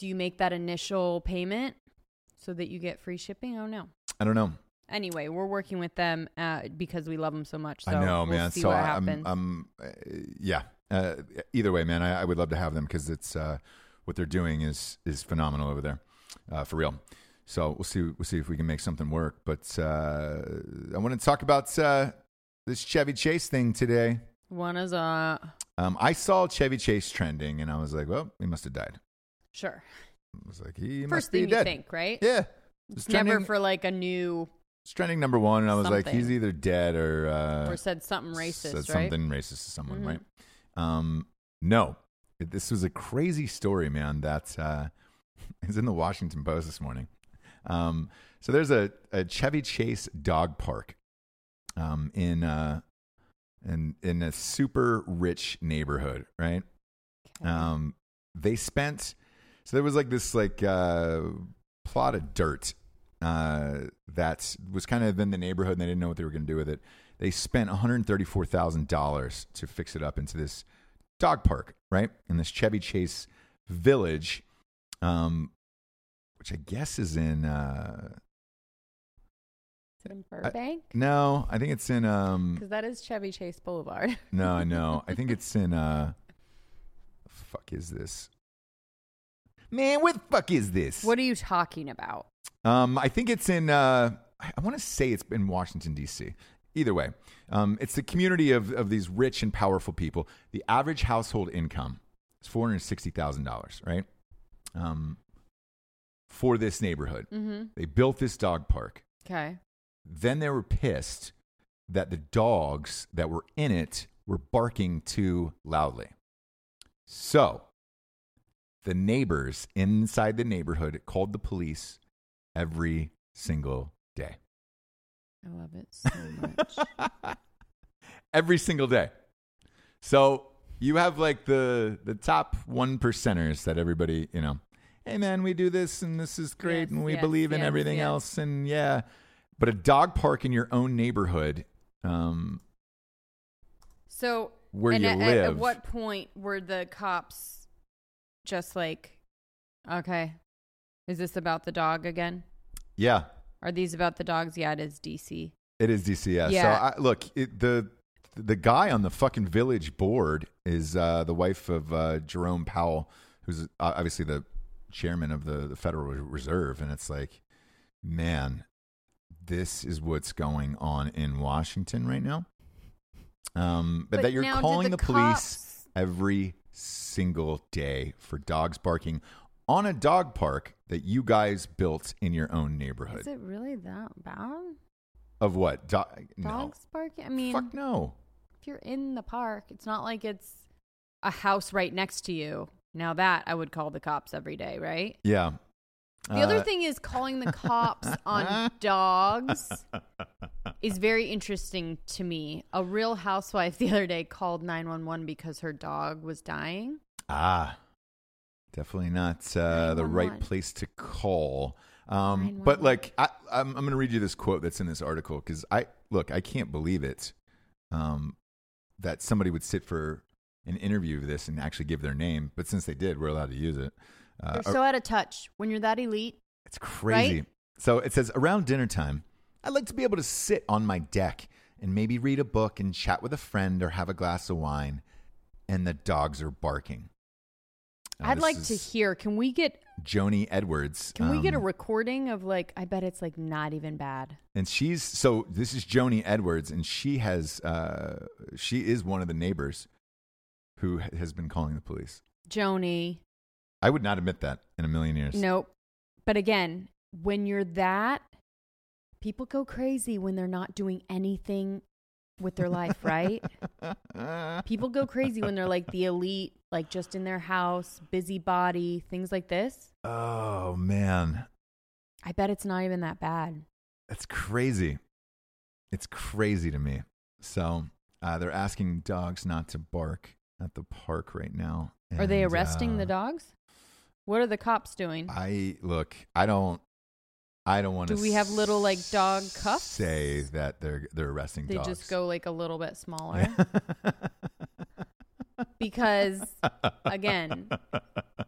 do you make that initial payment so that you get free shipping? Oh, no. I don't know. Anyway, we're working with them uh, because we love them so much. So I know, we'll man. See so what I, happens. I'm, I'm, uh, yeah. Uh, either way, man, I, I would love to have them because it's uh, what they're doing is is phenomenal over there, uh, for real. So we'll see. We'll see if we can make something work. But uh, I want to talk about uh, this Chevy Chase thing today. One is uh, Um, I saw Chevy Chase trending, and I was like, "Well, he must have died." sure. I was like, "He must First be thing you dead." think, right? Yeah, It was It's never trending- for like a new it's trending number one, and I was like, Something. "He's either dead or uh, or said something racist, said right? something racist to someone, Mhm. right? Um, no, It- this was a crazy story, man. That uh, is in the Washington Post this morning. Um, So there's a, a Chevy Chase dog park um, in, uh, in, in a super rich neighborhood, right? Um, they spent, so there was like this like uh, plot of dirt uh, that was kind of in the neighborhood and they didn't know what they were going to do with it. They spent $134,000 to fix it up into this dog park, right? In this Chevy Chase village, um, which I guess is in, uh, Is it in Burbank? no, I think it's in, um, Because that is Chevy Chase Boulevard. No, I know. I think it's in uh fuck is this? Man, what the fuck is this? What are you talking about? um I think it's in uh I, I want to say it's in Washington DC. Either way, um, it's the community of, of these rich and powerful people. The average household income is four hundred sixty thousand dollars, right? Um, for this neighborhood, Mm-hmm. they built this dog park. Okay. Then they were pissed that the dogs that were in it were barking too loudly. So the neighbors inside the neighborhood called the police every single day. I love it so much. every single day. So you have like the the top one percenters that everybody, you know, hey man, we do this and this is great Yes, and we yes, believe in yes, everything yes. else and yeah. But a dog park in your own neighborhood, um, so, where and you at, at- live. at what point were the cops just like, okay, is this about the dog again? Yeah, Are these about the dogs? Yeah, it is DC. it is DCS. Yeah. So I, look, it, the the guy on the fucking village board is uh, the wife of uh, Jerome Powell, who's uh, obviously the chairman of the, the Federal Reserve, and it's like, man, this is what's going on in Washington right now. Um, but, But that you're now did calling the the, police cops- every single day for dogs barking on a dog park that you guys built in your own neighborhood. Is it really that bad? Of what? Do- no. Dogs barking? I mean, Fuck no. if you're in the park, It's not like it's a house right next to you. Now that I would call the cops every day, right? Yeah. Uh, The other thing is calling the cops on dogs is very interesting to me. A real housewife the other day called 911 because her dog was dying. Ah, definitely not uh, the right 911. place to call. Um, but 911. like, I, I'm, I'm going to read you this quote that's in this article because I look, I can't believe it um, that somebody would sit for an interview of this and actually give their name. But since they did, we're allowed to use it. Uh, They're so out of touch when you're that elite. It's crazy. Right? So it says around dinner time, I like to be able to sit on my deck and maybe read a book and chat with a friend or have a glass of wine, and the dogs are barking. Uh, I'd this like is to hear. Can we get Joni Edwards. can we get a um, recording of like I bet it's like not even bad. and she's so this is Joni Edwards, and she has uh, she is one of the neighbors who ha- has been calling the police. Joni. I would not admit that in a million years. Nope. But again, when you're that, people go crazy when they're not doing anything with their life, right? people go crazy when they're like the elite, like just in their house, busybody, things like this. Oh man, I bet it's not even that bad. That's crazy. It's crazy to me. So uh, they're asking dogs not to bark at the park right now. Are they And, arresting the uh, dogs? What are the cops doing? I look. I don't. I don't want to. Do we have little, like, dog cuffs? Say that they're they're arresting they dogs. just go like a little bit smaller because again,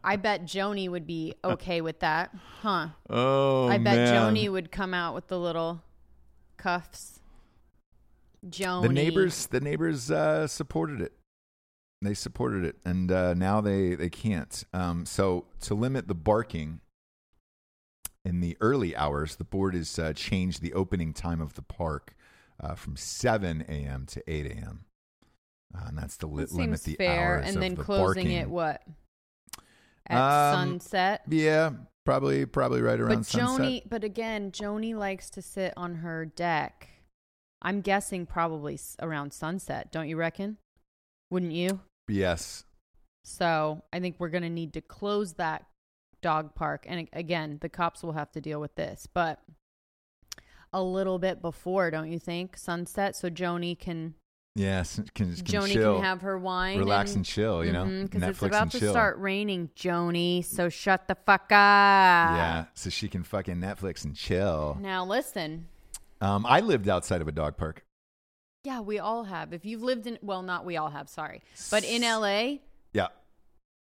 I bet Joni would be okay with that. Huh? oh, I bet man. Joni would come out with the little cuffs. Joni. The neighbors, the neighbors uh, supported it. They supported it, and uh, now they they can't. Um, so to limit the barking in the early hours, the board has uh, changed the opening time of the park uh, from seven a.m. to eight a.m. Uh, and that's to li- That limit seems the fair. hours and of then the closing barking. it what at Um, sunset. Yeah, probably probably right around But sunset. Joni, but again, Joni likes to sit on her deck. I'm guessing probably s- around sunset, don't you reckon? Wouldn't you? yes, So I think we're going to need to close that dog park. And a- again, the cops will have to deal with this. But a little bit before, don't you think? Sunset, so Joni can Yes, can, can Joni chill, can have her wine, relax and, chill. You know, because it's Netflix about and to chill. start raining, Joni. So shut the fuck up. Uh, Yeah, so she can fucking Netflix and chill. Now listen. Um, I lived outside of a dog park. Yeah, we all have. If you've lived in, well, not we all have. Sorry, but in LA, Yeah,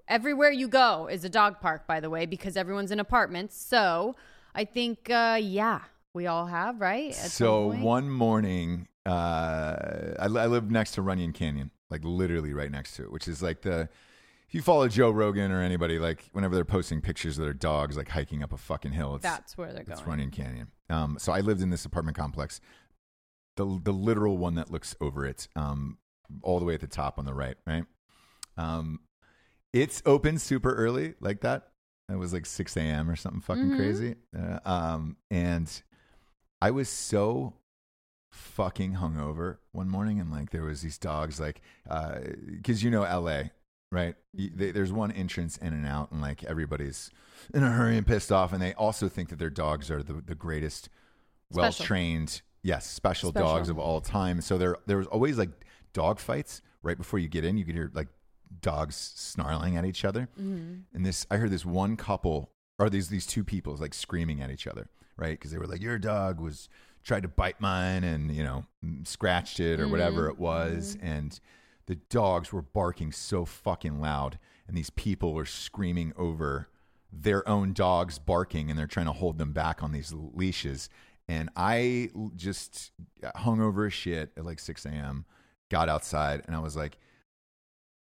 everywhere you go is a dog park. By the way, because everyone's in apartments. So I think, uh, yeah, we all have, right? At some so point. one morning, uh, I, li- I lived next to Runyon Canyon, like literally right next to it, which is like the. If you follow Joe Rogan or anybody, like whenever they're posting pictures of their dogs like hiking up a fucking hill, it's That's where they're it's going. Runyon Canyon. Um, so I lived in this apartment complex, the the literal one that looks over it, um, all the way at the top on the right, right. Um, it's open super early like that. It was like six a.m. or something fucking Mhm. crazy. Uh, um, and I was so fucking hungover one morning, and like there was these dogs, like because you know L.A. Right, You- they, there's one entrance in and out, and like everybody's in a hurry and pissed off, and they also think that their dogs are the, the greatest, well trained, yes, special, Special. dogs of all time. So there there was always like dog fights right before you get in. You could hear like dogs snarling at each other, and this I heard this one couple or these these two people like screaming at each other, right? Because they were like, "Your dog was tried to bite mine, and you know scratched it or whatever it was," and the dogs were barking so fucking loud, and these people were screaming over their own dogs barking and they're trying to hold them back on these leashes. And I l- just hung over as shit at like 6 a.m., got outside, and I was like,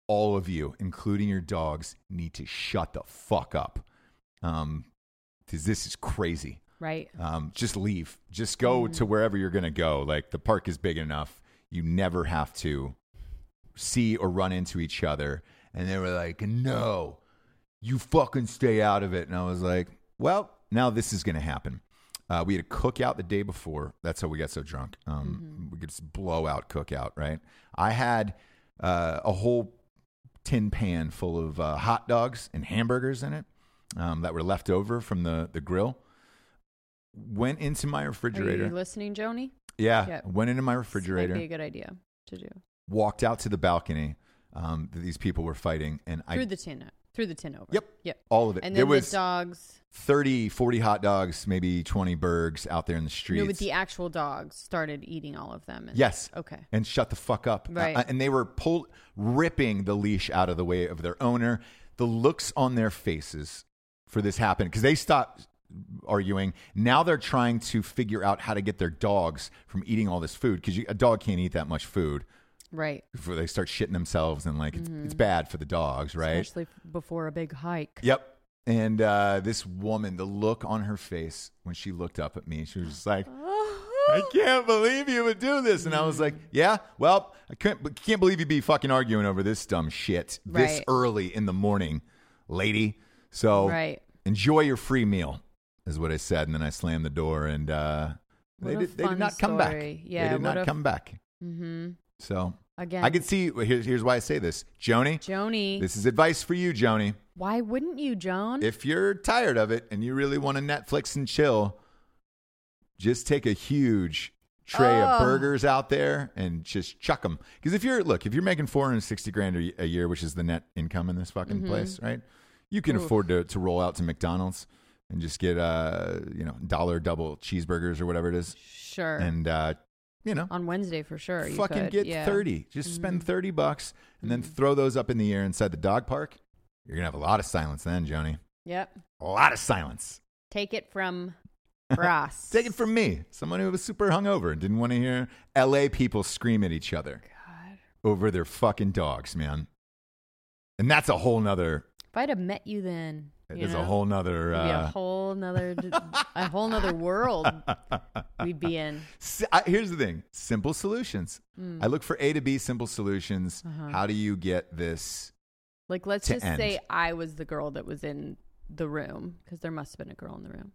all of you, including your dogs, need to shut the fuck up. Um, 'cause this is crazy. right? Um, just leave. Just go to wherever you're going to go. Like the park is big enough. You never have to see or run into each other. And they were like, no, you fucking stay out of it. And I was like, well, now this is going to happen. Uh, we had a cookout the day before. That's how we got so drunk. Mm-hmm. Um, We could just blow out cookout, right? I had uh, a whole tin pan full of uh, hot dogs and hamburgers in it um, that were left over from the, the grill. Went into my Are refrigerator. you listening, Joni? yeah, Yep. went into my Might refrigerator be a good idea to do walked out to the balcony um, that these people were fighting, and I through the tin through the tin over. Yep. Yep. all of it. And there then was the dogs. 30, 40 hot dogs, maybe 20 burgers out there in the streets. No, but the actual dogs started eating all of them. and- yes. Okay. And shut the fuck up. Right. Uh, and they were pull- ripping the leash out of the way of their owner. The looks on their faces for this happened because they stopped arguing. Now they're trying to figure out how to get their dogs from eating all this food because a dog can't eat that much food. Right. Before they start shitting themselves and like it's, Mm-hmm. it's bad for the dogs, right? Especially f- before a big hike. Yep. And uh, this woman, the look on her face when she looked up at me, she was just like, I can't believe you would do this. And I was like, Yeah, well, I can't, but can't believe you'd be fucking arguing over this dumb shit this Right. early in the morning, lady. So Right. enjoy your free meal, is what I said. And then I slammed the door and uh, they, What a did, they did fun not come back. story. Yeah, they did what not a- come back. Mm-hmm. So Again, I could see, here's, here's why I say this Joni, Joni. this is advice for you, Joni. why wouldn't you, Joan? If you're tired of it and you really want to Netflix and chill, just take a huge tray of Oh. burgers out there and just chuck them. Because if you're look, if you're making 460 grand a, a year, which is the net income in this fucking Mm-hmm. place, right? You can afford to, to roll out to McDonald's and just get uh you know dollar double cheeseburgers or whatever it is, sure. and uh, you know On Wednesday for sure. you fucking could, get yeah. Mm-hmm. 30 just spend 30 bucks and then throw those up in the air inside the dog park you're gonna have a lot of silence then joni Yep. a lot of silence Take it from Ross. Take it from me, someone who was super hungover and didn't want to hear LA people scream at each other God. over their fucking dogs, man. And that's a whole nother, If I'd have met you then, you it's know, a whole nother, it'd be a uh, whole nother, d- a whole nother world we'd be in. S- I- here's the thing simple solutions. Mm. I look for A to B simple solutions. Uh-huh. How do you get this? Like, let's to just end. say I was the girl that was in the room because there must have been a girl in the room.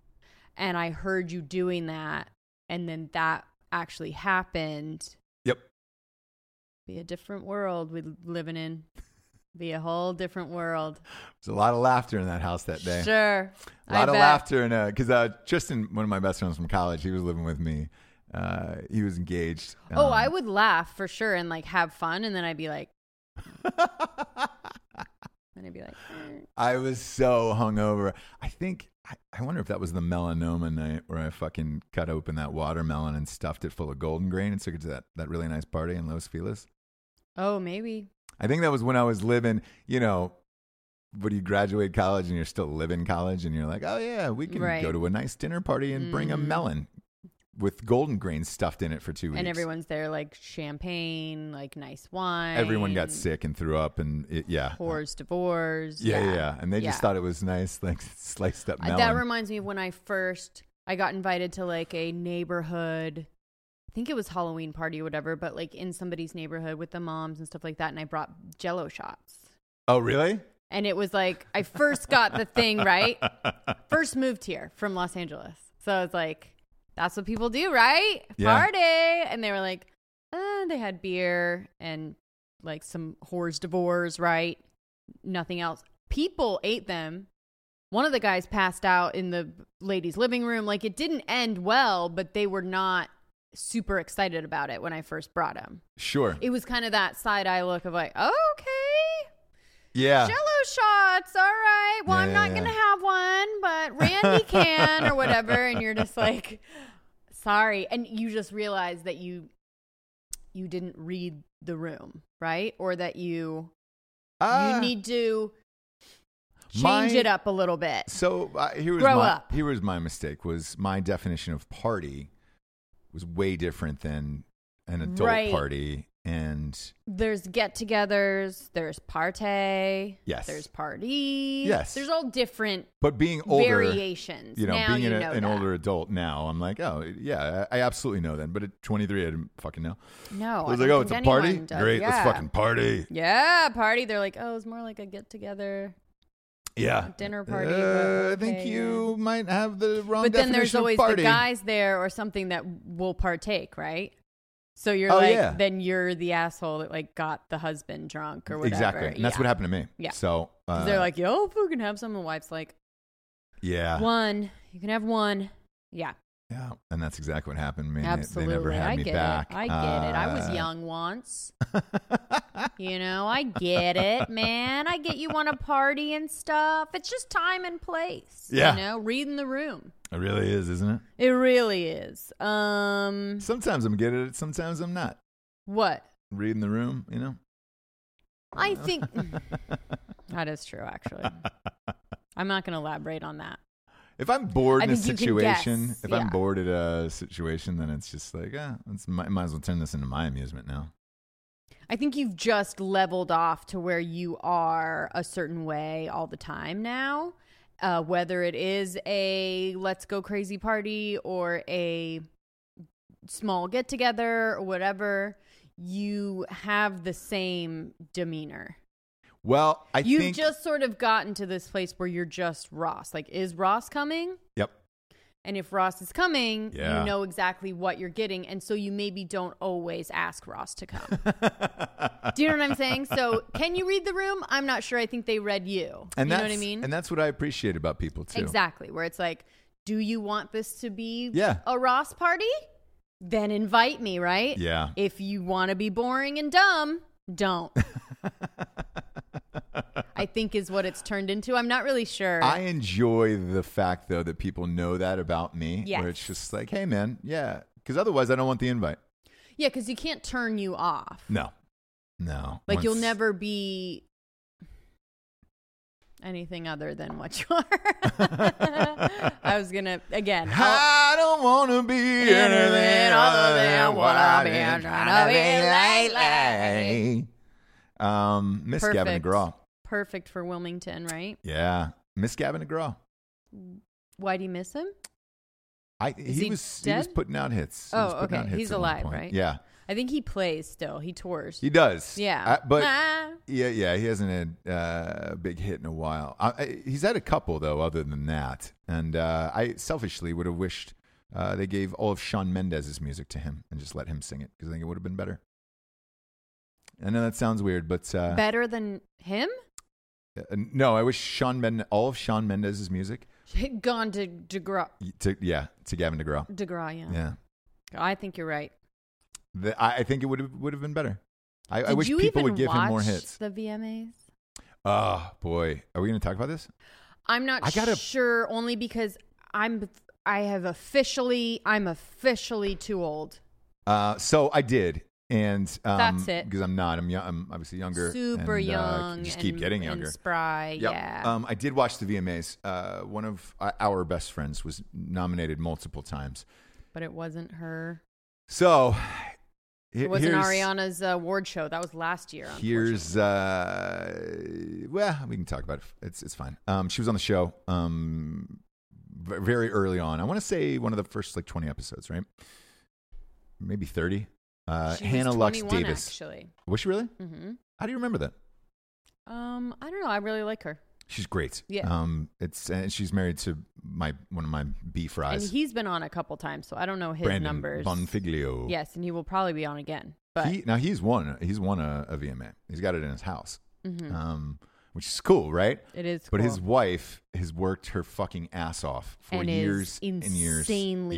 And I heard you doing that. And then that actually happened. Yep. Be a different world we're living in. Be a whole different world. There's a lot of laughter in that house that day. Sure. A lot I of bet. laughter and because uh, Tristan, one of my best friends from college, he was living with me. Uh, he was engaged. Oh, Um, I would laugh for sure and like have fun, and then I'd be like, And I'd be like, "Eh, "Mm." I was so hungover. I think I, I wonder if that was the melanoma night where I fucking cut open that watermelon and stuffed it full of golden grain and took it to that, that really nice party in Los Feliz. "Oh, maybe." I think that was when I was living, you know, when you graduate college and you're still living college and you're like, oh yeah, we can Right. go to a nice dinner party and bring a Mm. melon with golden grain stuffed in it for two weeks. And everyone's there, like champagne, like nice wine. Everyone got sick and threw up and it, yeah. Whores, divorce. Yeah, yeah, yeah. And they just Yeah. thought it was nice, like sliced up Uh, melon. That reminds me of when I first I got invited to like a neighborhood. I think it was Halloween party or whatever, but like in somebody's neighborhood with the moms and stuff like that. And I brought Jello shots, oh, really? and it was like I first got the thing right. First moved here from Los Angeles, so I was like, "That's what people do, right? Yeah. Party!" And they were like, uh, "They had beer and like some whores divorce, right? Nothing else." People ate them one of the guys passed out in the ladies' living room. Like it didn't end well, but they were not super excited about it when I first brought him. Sure. It was kind of that side eye look of like, okay, yeah. jello shots. All right. Well, Yeah, I'm yeah, not yeah. going to have one, but Randy can or whatever. And you're just like, sorry. And you just realize that you you didn't read the room, right? Or that you Ah. you need to change my- it up a little bit. So uh, here was Grow my, up. Here was my mistake. Was my definition of party was way different than an adult Right. party, and there's get-togethers, there's party, Yes. there's parties, Yes. there's all different but being older, variations. you know, now being you an, know an that. older adult now, I'm like, oh yeah, I, I absolutely know then. But at 23, I didn't fucking know. No, I was I like, don't oh, it's a think party. anyone does. Great, Yeah. let's fucking party. yeah, party. They're like, oh, it's more like a get-together. Yeah, dinner party, Uh, but I think okay, you might have the wrong. but then there's definition of always party. the guys there or something that will partake, right? So you're Oh, like, yeah. then you're the asshole that like got the husband drunk or whatever. Exactly, and that's Yeah. what happened to me. Yeah. So 'Cause uh, They're like, yo, if we can have some. The wife's like, yeah, one. You can have one. Yeah. Yeah, and that's exactly what happened to me. They- Absolutely. They never had I me get back. it. I get it. I was Uh, young once. you know, I get it, man. I get you want to party and stuff. It's just time and place. Yeah. You know, reading the room. It really is, isn't it? It really is. Um Sometimes I'm good at it, sometimes I'm not. what? Reading the room, you know? I think that is true actually. I'm not going to elaborate on that. If I'm bored I in a think you can guess, situation, if I'm yeah. bored at a situation, then it's just like, ah, it's, might, might as well turn this into my amusement now. I think you've just leveled off to where you are a certain way all the time now. Uh, whether it is a let's go crazy party or a small get together or whatever, you have the same demeanor. Well, I You've think. just sort of gotten to this place where you're just Ross. Like, is Ross coming? yep. And if Ross is coming, Yeah. you know exactly what you're getting. And so you maybe don't always ask Ross to come. Do you know what I'm saying? So, can you read the room? I'm not sure. I think they read you. And you that's, know what I mean? And that's what I appreciate about people, too. exactly. Where it's like, do you want this to be Yeah. a Ross party? Then invite me, right? Yeah. If you want to be boring and dumb, don't. I think is what it's turned into. I'm not really sure. I enjoy the fact, though, that people know that about me. Yes. Where it's just like, hey, man, yeah. Because otherwise, I don't want the invite. yeah, because you can't turn you off. No. No. Like you'll Once- never be anything other than what you are. I was gonna again. I'll- I don't want to be anything other than what I've been trying to be lately. Um, Miss Gavin Perfect. DeGraw. perfect for Wilmington, right? Yeah. Miss Gavin DeGraw. Why'd he miss him? I, he, he was he was dead? putting out hits. He Oh, was putting okay. out hits He's at one alive, point. right? Yeah, I think he plays still. He tours. he does. yeah. I- but Ah. yeah, yeah, he hasn't had uh, a big hit in a while. I, I, he's had a couple though, other than that. And uh, I selfishly would have wished uh, they gave all of Sean Mendez's music to him and just let him sing it because I think it would have been better. I know that sounds weird, but uh, Better than him? uh, no, I wish Sean Mendez, all of Sean Mendez's music, Gone to DeGraw. y- to, yeah, to Gavin DeGraw. DeGraw, yeah. Yeah. I think you're right. The, I, I think it would have would have been better. I, I Did wish you people would even give him more watch hits. The VMAs. Oh boy, are we going to talk about this? I'm not I gotta- sure only because I'm I have officially I'm officially too old. Uh, so I did, and um, That's it. Because I'm not. I'm young. I'm obviously younger. Super and, uh, young. just keep and- getting and younger. spry, Yep. yeah. Um, I did watch the VMAs. Uh, one of uh, our best friends was nominated multiple times. but it wasn't her. So he- It wasn't here's, Ariana's uh, award show. That was last year. Here's uh, well, we can talk about it. It's it's fine. Um, she was on the show. Um, v- very early on. I want to say one of the first like 20 episodes, right? Maybe 30. Uh, She was Hannah Lux 21, Davis. Actually, Was she really? hmm How do you remember that? um, I don't know. I really like her, She's great. Yeah. Um, it's and she's married to my one of my beef and fries, he's been on a couple times, so I don't know his Brandon numbers. Bonfiglio. yes, and he will probably be on again. But he, now he's won. He's won a, a VMA. He's got it in his house, um, which is cool, right? it is. But Mm-hmm. cool. his wife has worked her fucking ass off for and years is insanely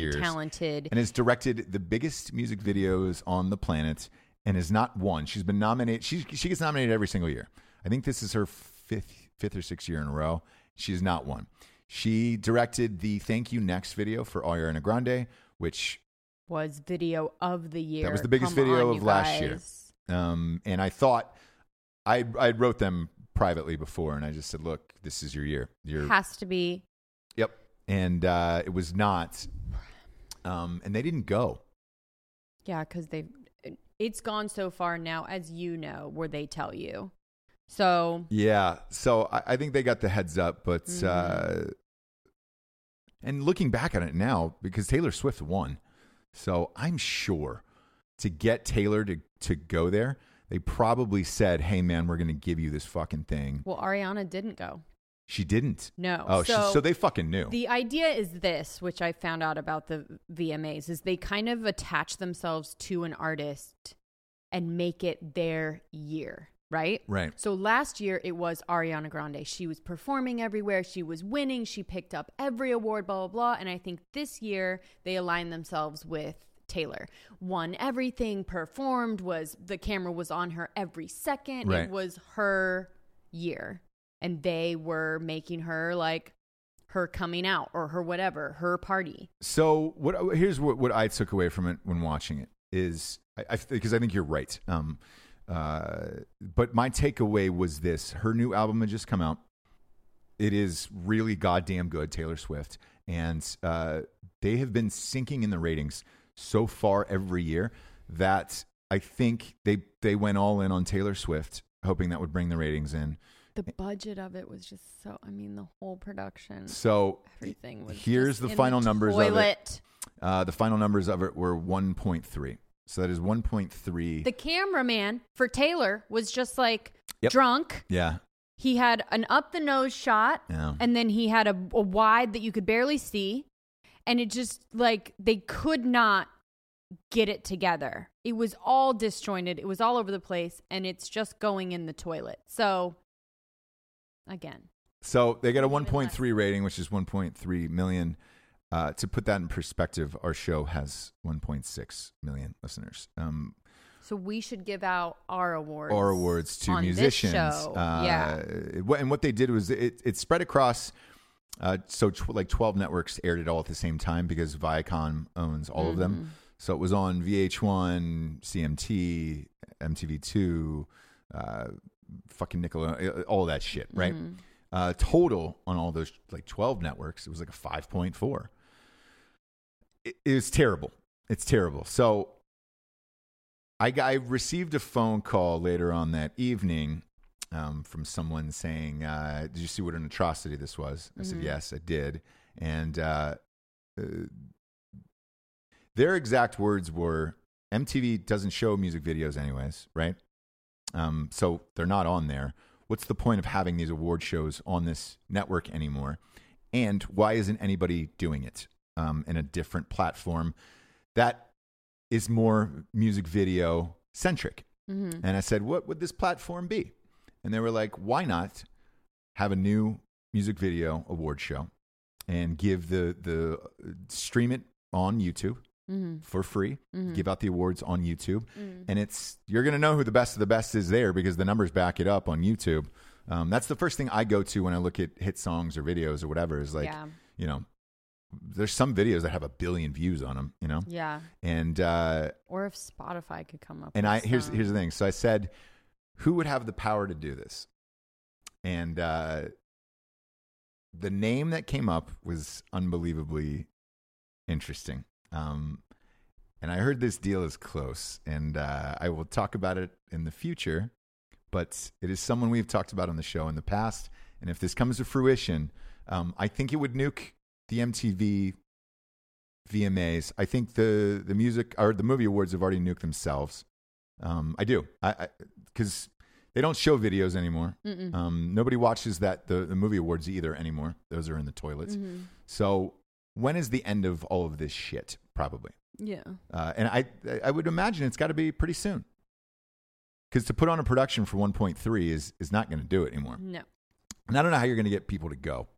and years, years, talented. and has directed the biggest music videos on the planet, and has not won. She's been nominated. She she gets nominated every single year. I think this is her fifth fifth or sixth year in a row. She's not won. She directed the "Thank You Next" video for Ariana Grande, which was video of the year. was the biggest Come video on, of you last year. guys. um, and I thought I I wrote them privately before, and I just said, "Look, this is your year. Your Has to be. yep." And uh, it was not, um, and they didn't go. Yeah, because they. It's gone so far now, as you know, where they tell you. So Yeah, so I, I think they got the heads up, but uh, and looking back at it now, because Taylor Swift won, so I'm sure to get Taylor to to go there, they probably said, "Hey, man, we're going to give you this fucking thing." Well, Ariana didn't go. She didn't. No. Oh, so, she, so they fucking knew. The idea is this, which I found out about the VMAs, is they kind of attach themselves to an artist and make it their year, right? Right. So last year it was Ariana Grande. She was performing everywhere, she was winning, she picked up every award, blah, blah, blah. And I think this year they aligned themselves with. Taylor won everything, performed, was the camera was on her every second. Right. It was her year. And they were making her like her coming out or her whatever, her party. So what? Here's what, what I took away from it when watching it is because I, think you're right. Um, uh, but my takeaway was this: her new album had just come out. It is really goddamn good, Taylor Swift, and uh, they have been sinking in the ratings so far every year that I think they they went all in on Taylor Swift, hoping that would bring the ratings in. The budget of it was just so. I mean, the whole production. So Everything was here's just the in the final numbers of it. Toilet. Uh, the final numbers of it were 1.3. So that is 1.3. The cameraman for Taylor was just like Yep. drunk. yeah. He had an up the nose shot Yeah. and then he had a, a wide that you could barely see. And it just like they could not get it together. It was all disjointed, it was all over the place, and it's just going in the toilet. So, again, So they got a 1.3 rating, which is 1.3 million. Uh, to put that in perspective, our show has 1.6 million listeners. Um, so we should give out our awards. or awards to on this musicians. show. Uh, yeah. wh- And what they did was it, it spread across. Uh, so tw- like 12 networks aired it all at the same time because Viacom owns all of Mm-hmm. them. So it was on VH1, CMT, MTV2, uh, fucking Nickelodeon, uh, all that shit, right? Mm-hmm. Uh, total on all those like 12 networks, it was like a 5.4. It, it was terrible. It's terrible. So I, got- I received a phone call later on that evening um, from someone saying, uh, "Did you see what an atrocity this was?" I said, "Yes, I did." And uh, uh, their exact words were, "MTV doesn't show music videos, anyways, right? Um, so they're not on there. What's the point of having these award shows on this network anymore? And why isn't anybody doing it um, in a different platform that is more music video centric?" And I said, What would this platform be? And they were like, Why not have a new music video award show and give the, the stream it on YouTube for free, give out the awards on YouTube. And it's, you're going to know who the best of the best is there because the numbers back it up on YouTube. Um, that's the first thing I go to when I look at hit songs or videos or whatever is like, Yeah. you know, there's some videos that have a billion views on them, you know? Yeah. And, uh, Or if Spotify could come up. and with I here's some. here's the thing. So I said, who would have the power to do this? And uh, the name that came up was unbelievably interesting. Um, and I heard this deal is close, and uh, I will talk about it in the future. But it is someone we've talked about on the show in the past, and if this comes to fruition, um, I think it would nuke the MTV VMAs. I think the the music or the movie awards have already nuked themselves. Um, I do, I because they don't show videos anymore. Um, nobody watches that the, the movie awards either anymore. Those are in the toilets. Mm-hmm. So when is the end of all of this shit? Probably, Yeah. uh, and I I would imagine it's got to be pretty soon. Because to put on a production for 1.3 is is not going to do it anymore. No. And I don't know how you're going to get people to go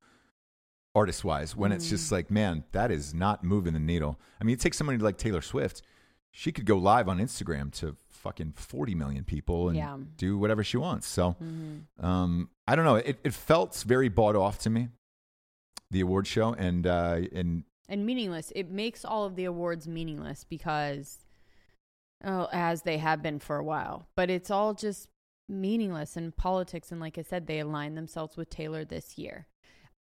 artist wise when it's just like, man, that is not moving the needle. I mean, you take somebody like Taylor Swift, she could go live on Instagram to fucking 40 million people and Yeah. do whatever she wants. So um, I don't know. It, it felt very bought off to me, the award show. And, uh, and and meaningless. It makes all of the awards meaningless because, oh, as they have been for a while. But it's all just meaningless in politics. And like I said, they aligned themselves with Taylor this year.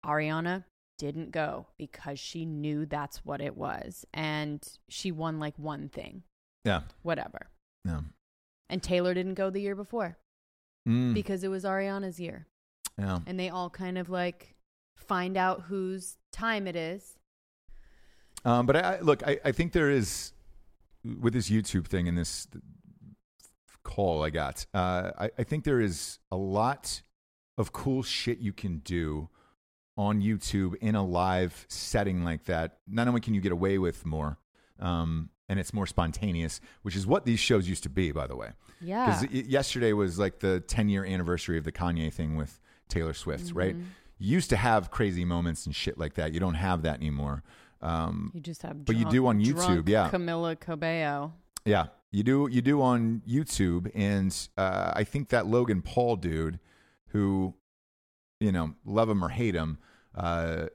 Ariana didn't go because she knew that's what it was. And she won like one thing, yeah, whatever. yeah. And Taylor didn't go the year before Mm, because it was Ariana's year. yeah. And they all kind of like find out whose time it is. Um, but I, I look, I, I think there is with this YouTube thing and this call I got. Uh, I, I think there is a lot of cool shit you can do on YouTube in a live setting like that. Not only can you get away with more, um, and it's more spontaneous, which is what these shows used to be, by the way. Yeah. Because yesterday was like the 10 year anniversary of the Kanye thing with Taylor Swift, right? You used to have crazy moments and shit like that. You don't have that anymore. Um, You just have, But you drunk- do on YouTube, drunk yeah. Camilla Cabello. yeah, you do. You do on YouTube, and uh, I think that Logan Paul dude, who, you know, love him or hate him, uh,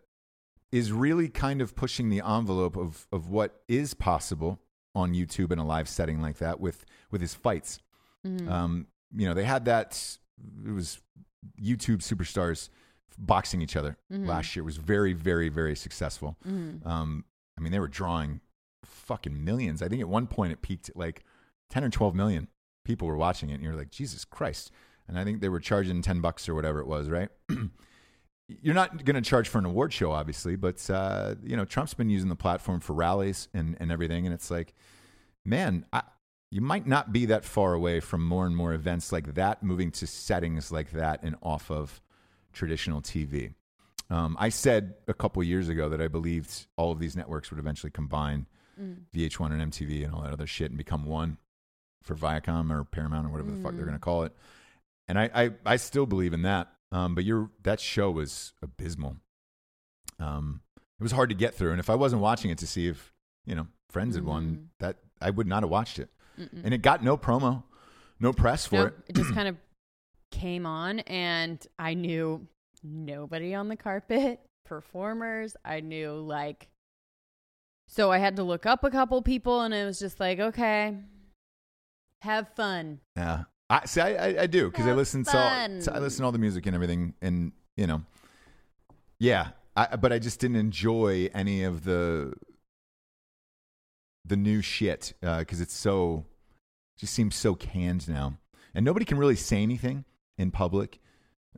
is really kind of pushing the envelope of of what is possible on YouTube in a live setting like that with with his fights. Um, you know, they had that. It was YouTube superstars boxing each other last year. It was very, very, very successful. Um, I mean, they were drawing fucking millions. I think at one point it peaked at like 10 or 12 million people were watching it. And you're like, Jesus Christ. And I think they were charging 10 bucks or whatever it was, right? you're not going to charge for an award show, obviously, but, uh, you know, Trump's been using the platform for rallies and, and everything. And it's like, man, I, you might not be that far away from more and more events like that moving to settings like that and off of traditional TV. Um, I said a couple years ago that I believed all of these networks would eventually combine VH1 and MTV and all that other shit and become one for Viacom or Paramount or whatever the fuck they're going to call it. And I, I, I still believe in that. Um, but your that show was abysmal. Um, it was hard to get through, and if I wasn't watching it to see if you know friends had won, that I would not have watched it. And it got no promo, no press for Nope, it. it just kind of came on, and I knew nobody on the carpet, performers. I knew like, so I had to look up a couple people, and it was just like, okay, have fun. Yeah, I see. I, I, I do because I Have listen to, all, fun. to I listen to all the music and everything, and you know, yeah. I, but I just didn't enjoy any of the the new shit because it's so just seems so canned now, and nobody can really say anything in public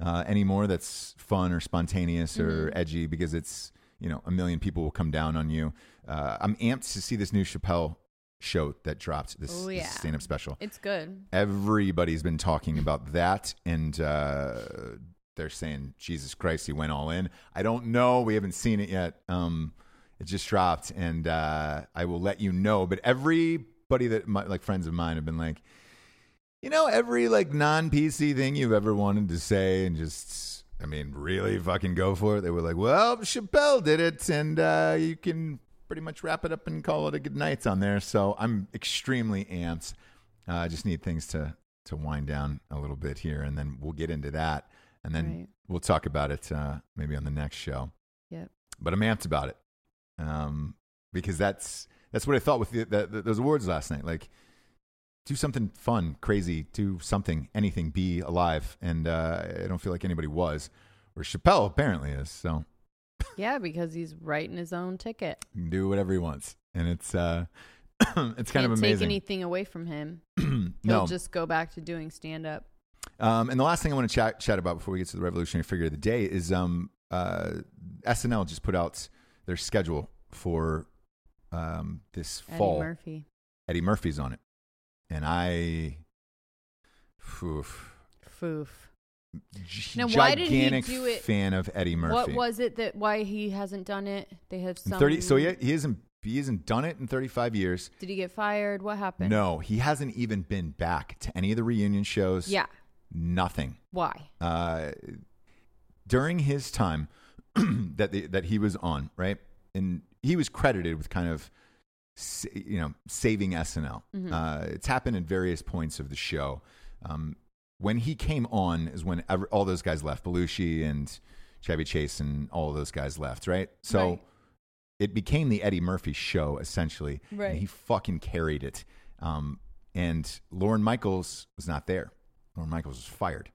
uh, anymore that's fun or spontaneous or Mm-hmm. edgy because it's you know a million people will come down on you. Uh, I'm amped to see this new Chappelle show that dropped this, Oh, yeah. this stand-up special It's good. everybody's been talking about that and uh, they're saying jesus christ he went all in i don't know we haven't seen it yet um, it just dropped and uh, i will let you know but everybody that my, like friends of mine have been like You know, every like non PC thing you've ever wanted to say and just, I mean, really fucking go for it. They were like, well, Chappelle did it, and uh, you can pretty much wrap it up and call it a good night on there. So I'm extremely amped. Uh, I just need things to, to wind down a little bit here, and then we'll get into that. And then Right. we'll talk about it uh, maybe on the next show. Yep. But I'm amped about it um, because that's that's what I thought with the, the, the, those awards last night. Like, do something fun, crazy, do something, anything, be alive. And uh, I don't feel like anybody was, or Chappelle apparently is. So Yeah, because he's writing his own ticket. he can do whatever he wants, and it's uh, it's kind Can't of take amazing. anything away from him. He'll no, just go back to doing stand up. um, and the last thing I want to chat chat about before we get to the revolutionary figure of the day is um, uh, SNL just put out their schedule for um, this Eddie fall. Murphy. Eddie Murphy's on it, and I, oof, Foof. g- Now, gigantic why did he do it- fan of Eddie Murphy. What was it that why he hasn't done it? They have In some. Thirty. So he he hasn't he hasn't done it in thirty five years. Did he get fired? What happened? No, he hasn't even been back to any of the reunion shows. Yeah. nothing. Why? Uh, during his time that the, that he was on, right, and he was credited with kind of sa- you know saving SNL. Uh, it's happened at various points of the show. Um, when he came on is when ever, all those guys left, Belushi and Chevy Chase and all those guys left, right? So Right. it became the Eddie Murphy show essentially, Right. and he fucking carried it. Um, and Lauren Michaels was not there. Lauren Michaels was fired.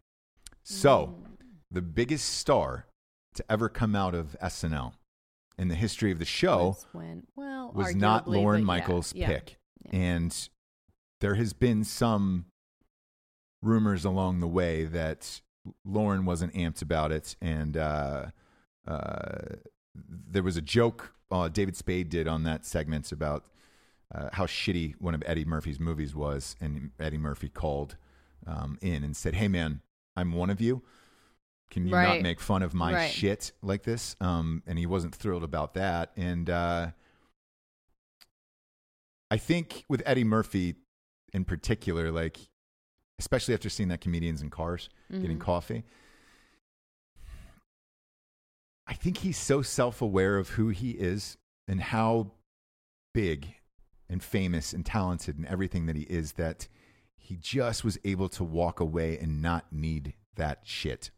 So Mm. the biggest star to ever come out of SNL in the history of the show Was when well was not arguably, Lauren but yeah, Michaels' yeah. pick. yeah. And there has been some rumors along the way that Lauren wasn't amped about it. And uh, uh, there was a joke uh, David Spade did on that segment about uh, how shitty one of Eddie Murphy's movies was. And Eddie Murphy called um, in and said, Hey, man, I'm one of you. Can you not Right. make fun of my Right. shit like this? Um, and he wasn't thrilled about that. And uh, I think with Eddie Murphy in particular, like especially after seeing that comedians in cars getting coffee, I think he's so self-aware of who he is and how big and famous and talented and everything that he is that he just was able to walk away and not need that shit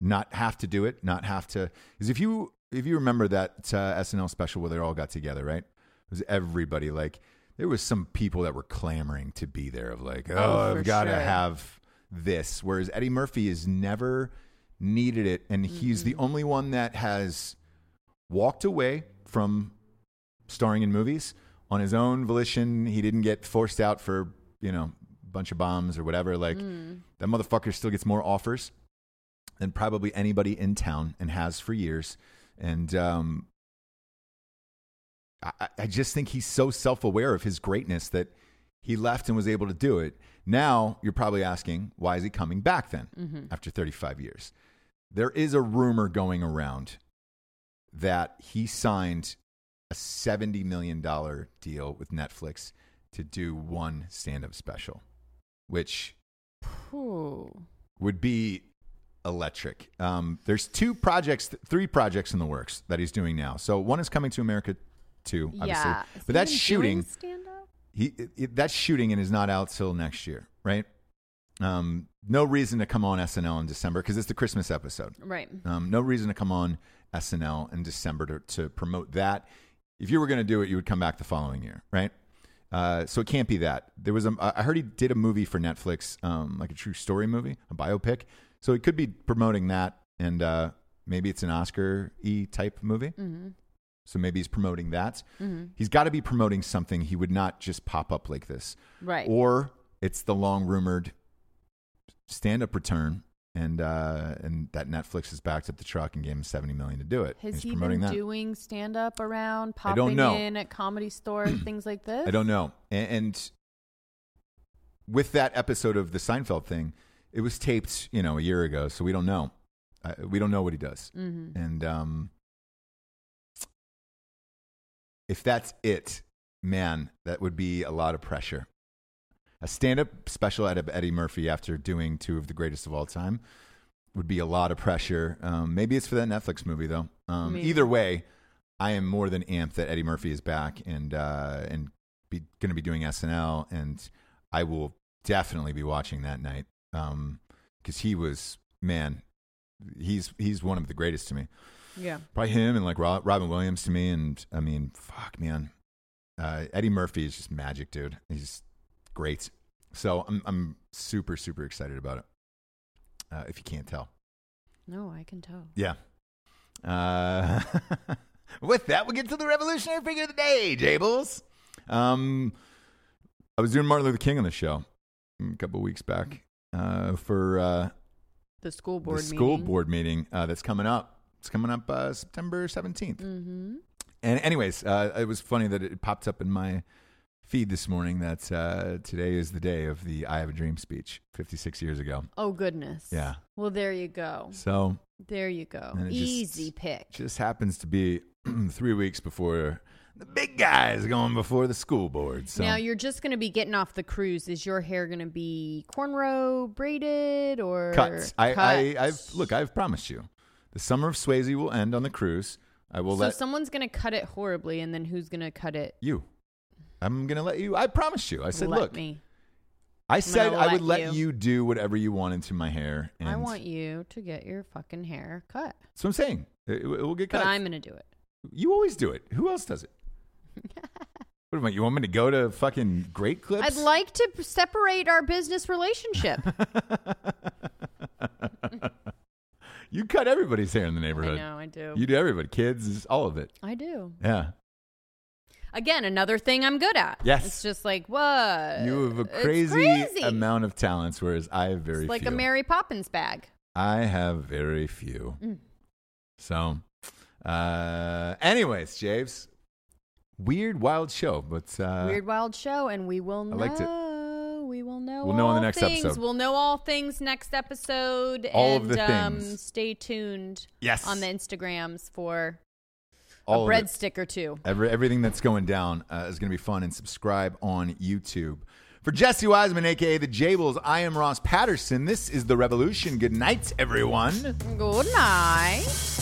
not have to do it, not have to. Because if you if you remember that uh, SNL special where they all got together, right? It was everybody like there was some people that were clamoring to be there of like, oh, for I've got to sure. have this. Whereas Eddie Murphy has never needed it, and he's the only one that has walked away from starring in movies on his own volition. He didn't get forced out for you know a bunch of bombs or whatever. Like that motherfucker still gets more offers than probably anybody in town and has for years. And um, I- I, I just think he's so self aware of his greatness that he left and was able to do it. Now you're probably asking, why is he coming back then after 35 years? There is a rumor going around that he signed a $70 million deal with Netflix to do one stand up special, which Phew. would be electric. Um, there's two projects, th- three projects in the works that he's doing now. So one is coming to America, two, obviously, Yeah. Is but that's Even doing shooting. stand-up? He it, it- that's shooting and is not out till next year, right? Um, no reason to come on SNL in December because it's the Christmas episode. Right. Um, no reason to come on SNL in December to, to promote that. If you were going to do it, you would come back the following year, right? Uh, so it can't be that. There was a, I heard he did a movie for Netflix, um, like a true story movie, a biopic. So it could be promoting that, and uh, maybe it's an Oscar e type movie. So maybe he's promoting that. He's got to be promoting something. He would not just pop up like this Right. or it's the long rumored stand up return and uh and that Netflix has backed up the truck and gave him 70 million to do it. Has He's he promoting been that. doing stand up around, I popping don't know. in at comedy store, things like this? I don't know. And, and with that episode of the Seinfeld thing, it was taped, you know, a year ago, so we don't know. Uh, we don't know what he does. Mm-hmm. And um if that's it, man, that would be a lot of pressure. a stand up special out of Eddie Murphy after doing two of the greatest of all time would be a lot of pressure. Um, maybe it's for that Netflix movie though. Um, Maybe. either way, I am more than amped that Eddie Murphy is back and uh, and be going to be doing SNL, and I will definitely be watching that night because he was man, he's he's one of the greatest to me. Yeah. Probably him and like Ro- Robin Williams to me, and I mean, fuck, man, uh, Eddie Murphy is just magic, dude. He's great. So I'm I'm super super excited about it. Uh, if you can't tell. No, I can tell. Yeah. Uh, with that, we get to the revolutionary figure of the day, Jables. Um, I was doing Martin Luther King on the show a couple weeks back uh, for uh, The school board the school meeting. board meeting uh, that's coming up. It's coming up uh, September 17th. Mm-hmm. And anyways, uh, it was funny that it popped up in my feed this morning that uh, today is the day of the I Have a Dream speech 56 years ago. Oh goodness. Yeah. Well, there you go. So There you go. And it just- Easy pick. just happens to be three weeks before the big guys going before the school board. So Now you're just going to be getting off the cruise. Is your hair going to be cornrow braided or cuts. I, cut? I, I've look. I've promised you, the summer of Swayze will end on the cruise. I will so let someone's going to cut it horribly, and then who's going to cut it? you. I'm gonna let you. I promised you. I said, Let look. me. I said I would let let you. you. do whatever you wanted to my hair. And I want you to get your fucking hair cut, That's what I'm saying. It, it will get but cut. I'm going to do it. You always do it. Who else does it? what am I? You want me to go to fucking Great Clips? I'd like to p- separate our business relationship. you cut everybody's hair in the I neighborhood. know, I do. You do everybody, kids, all of it. I do. Yeah. Again, another thing I'm good at. Yes. It's just like, what? You have a Uh, It's crazy, crazy. amount of talents, whereas I have very It's like few. a Mary Poppins bag. I have very few. Mm. So, uh, anyways, Javes, weird, wild show, but uh, Weird Wild Show, and we will know. I liked it. We will know. We'll know in the all next things. episode. We'll know all things next episode. All and, of the Um, things. stay tuned yes, on the Instagrams for all a of bread it. stick or two. Every, everything that's going down uh, is going to be fun. And subscribe on YouTube. For Jesse Wiseman, aka the Jables, I am Ross Patterson. This is the Revolution. Good night, everyone. Good night.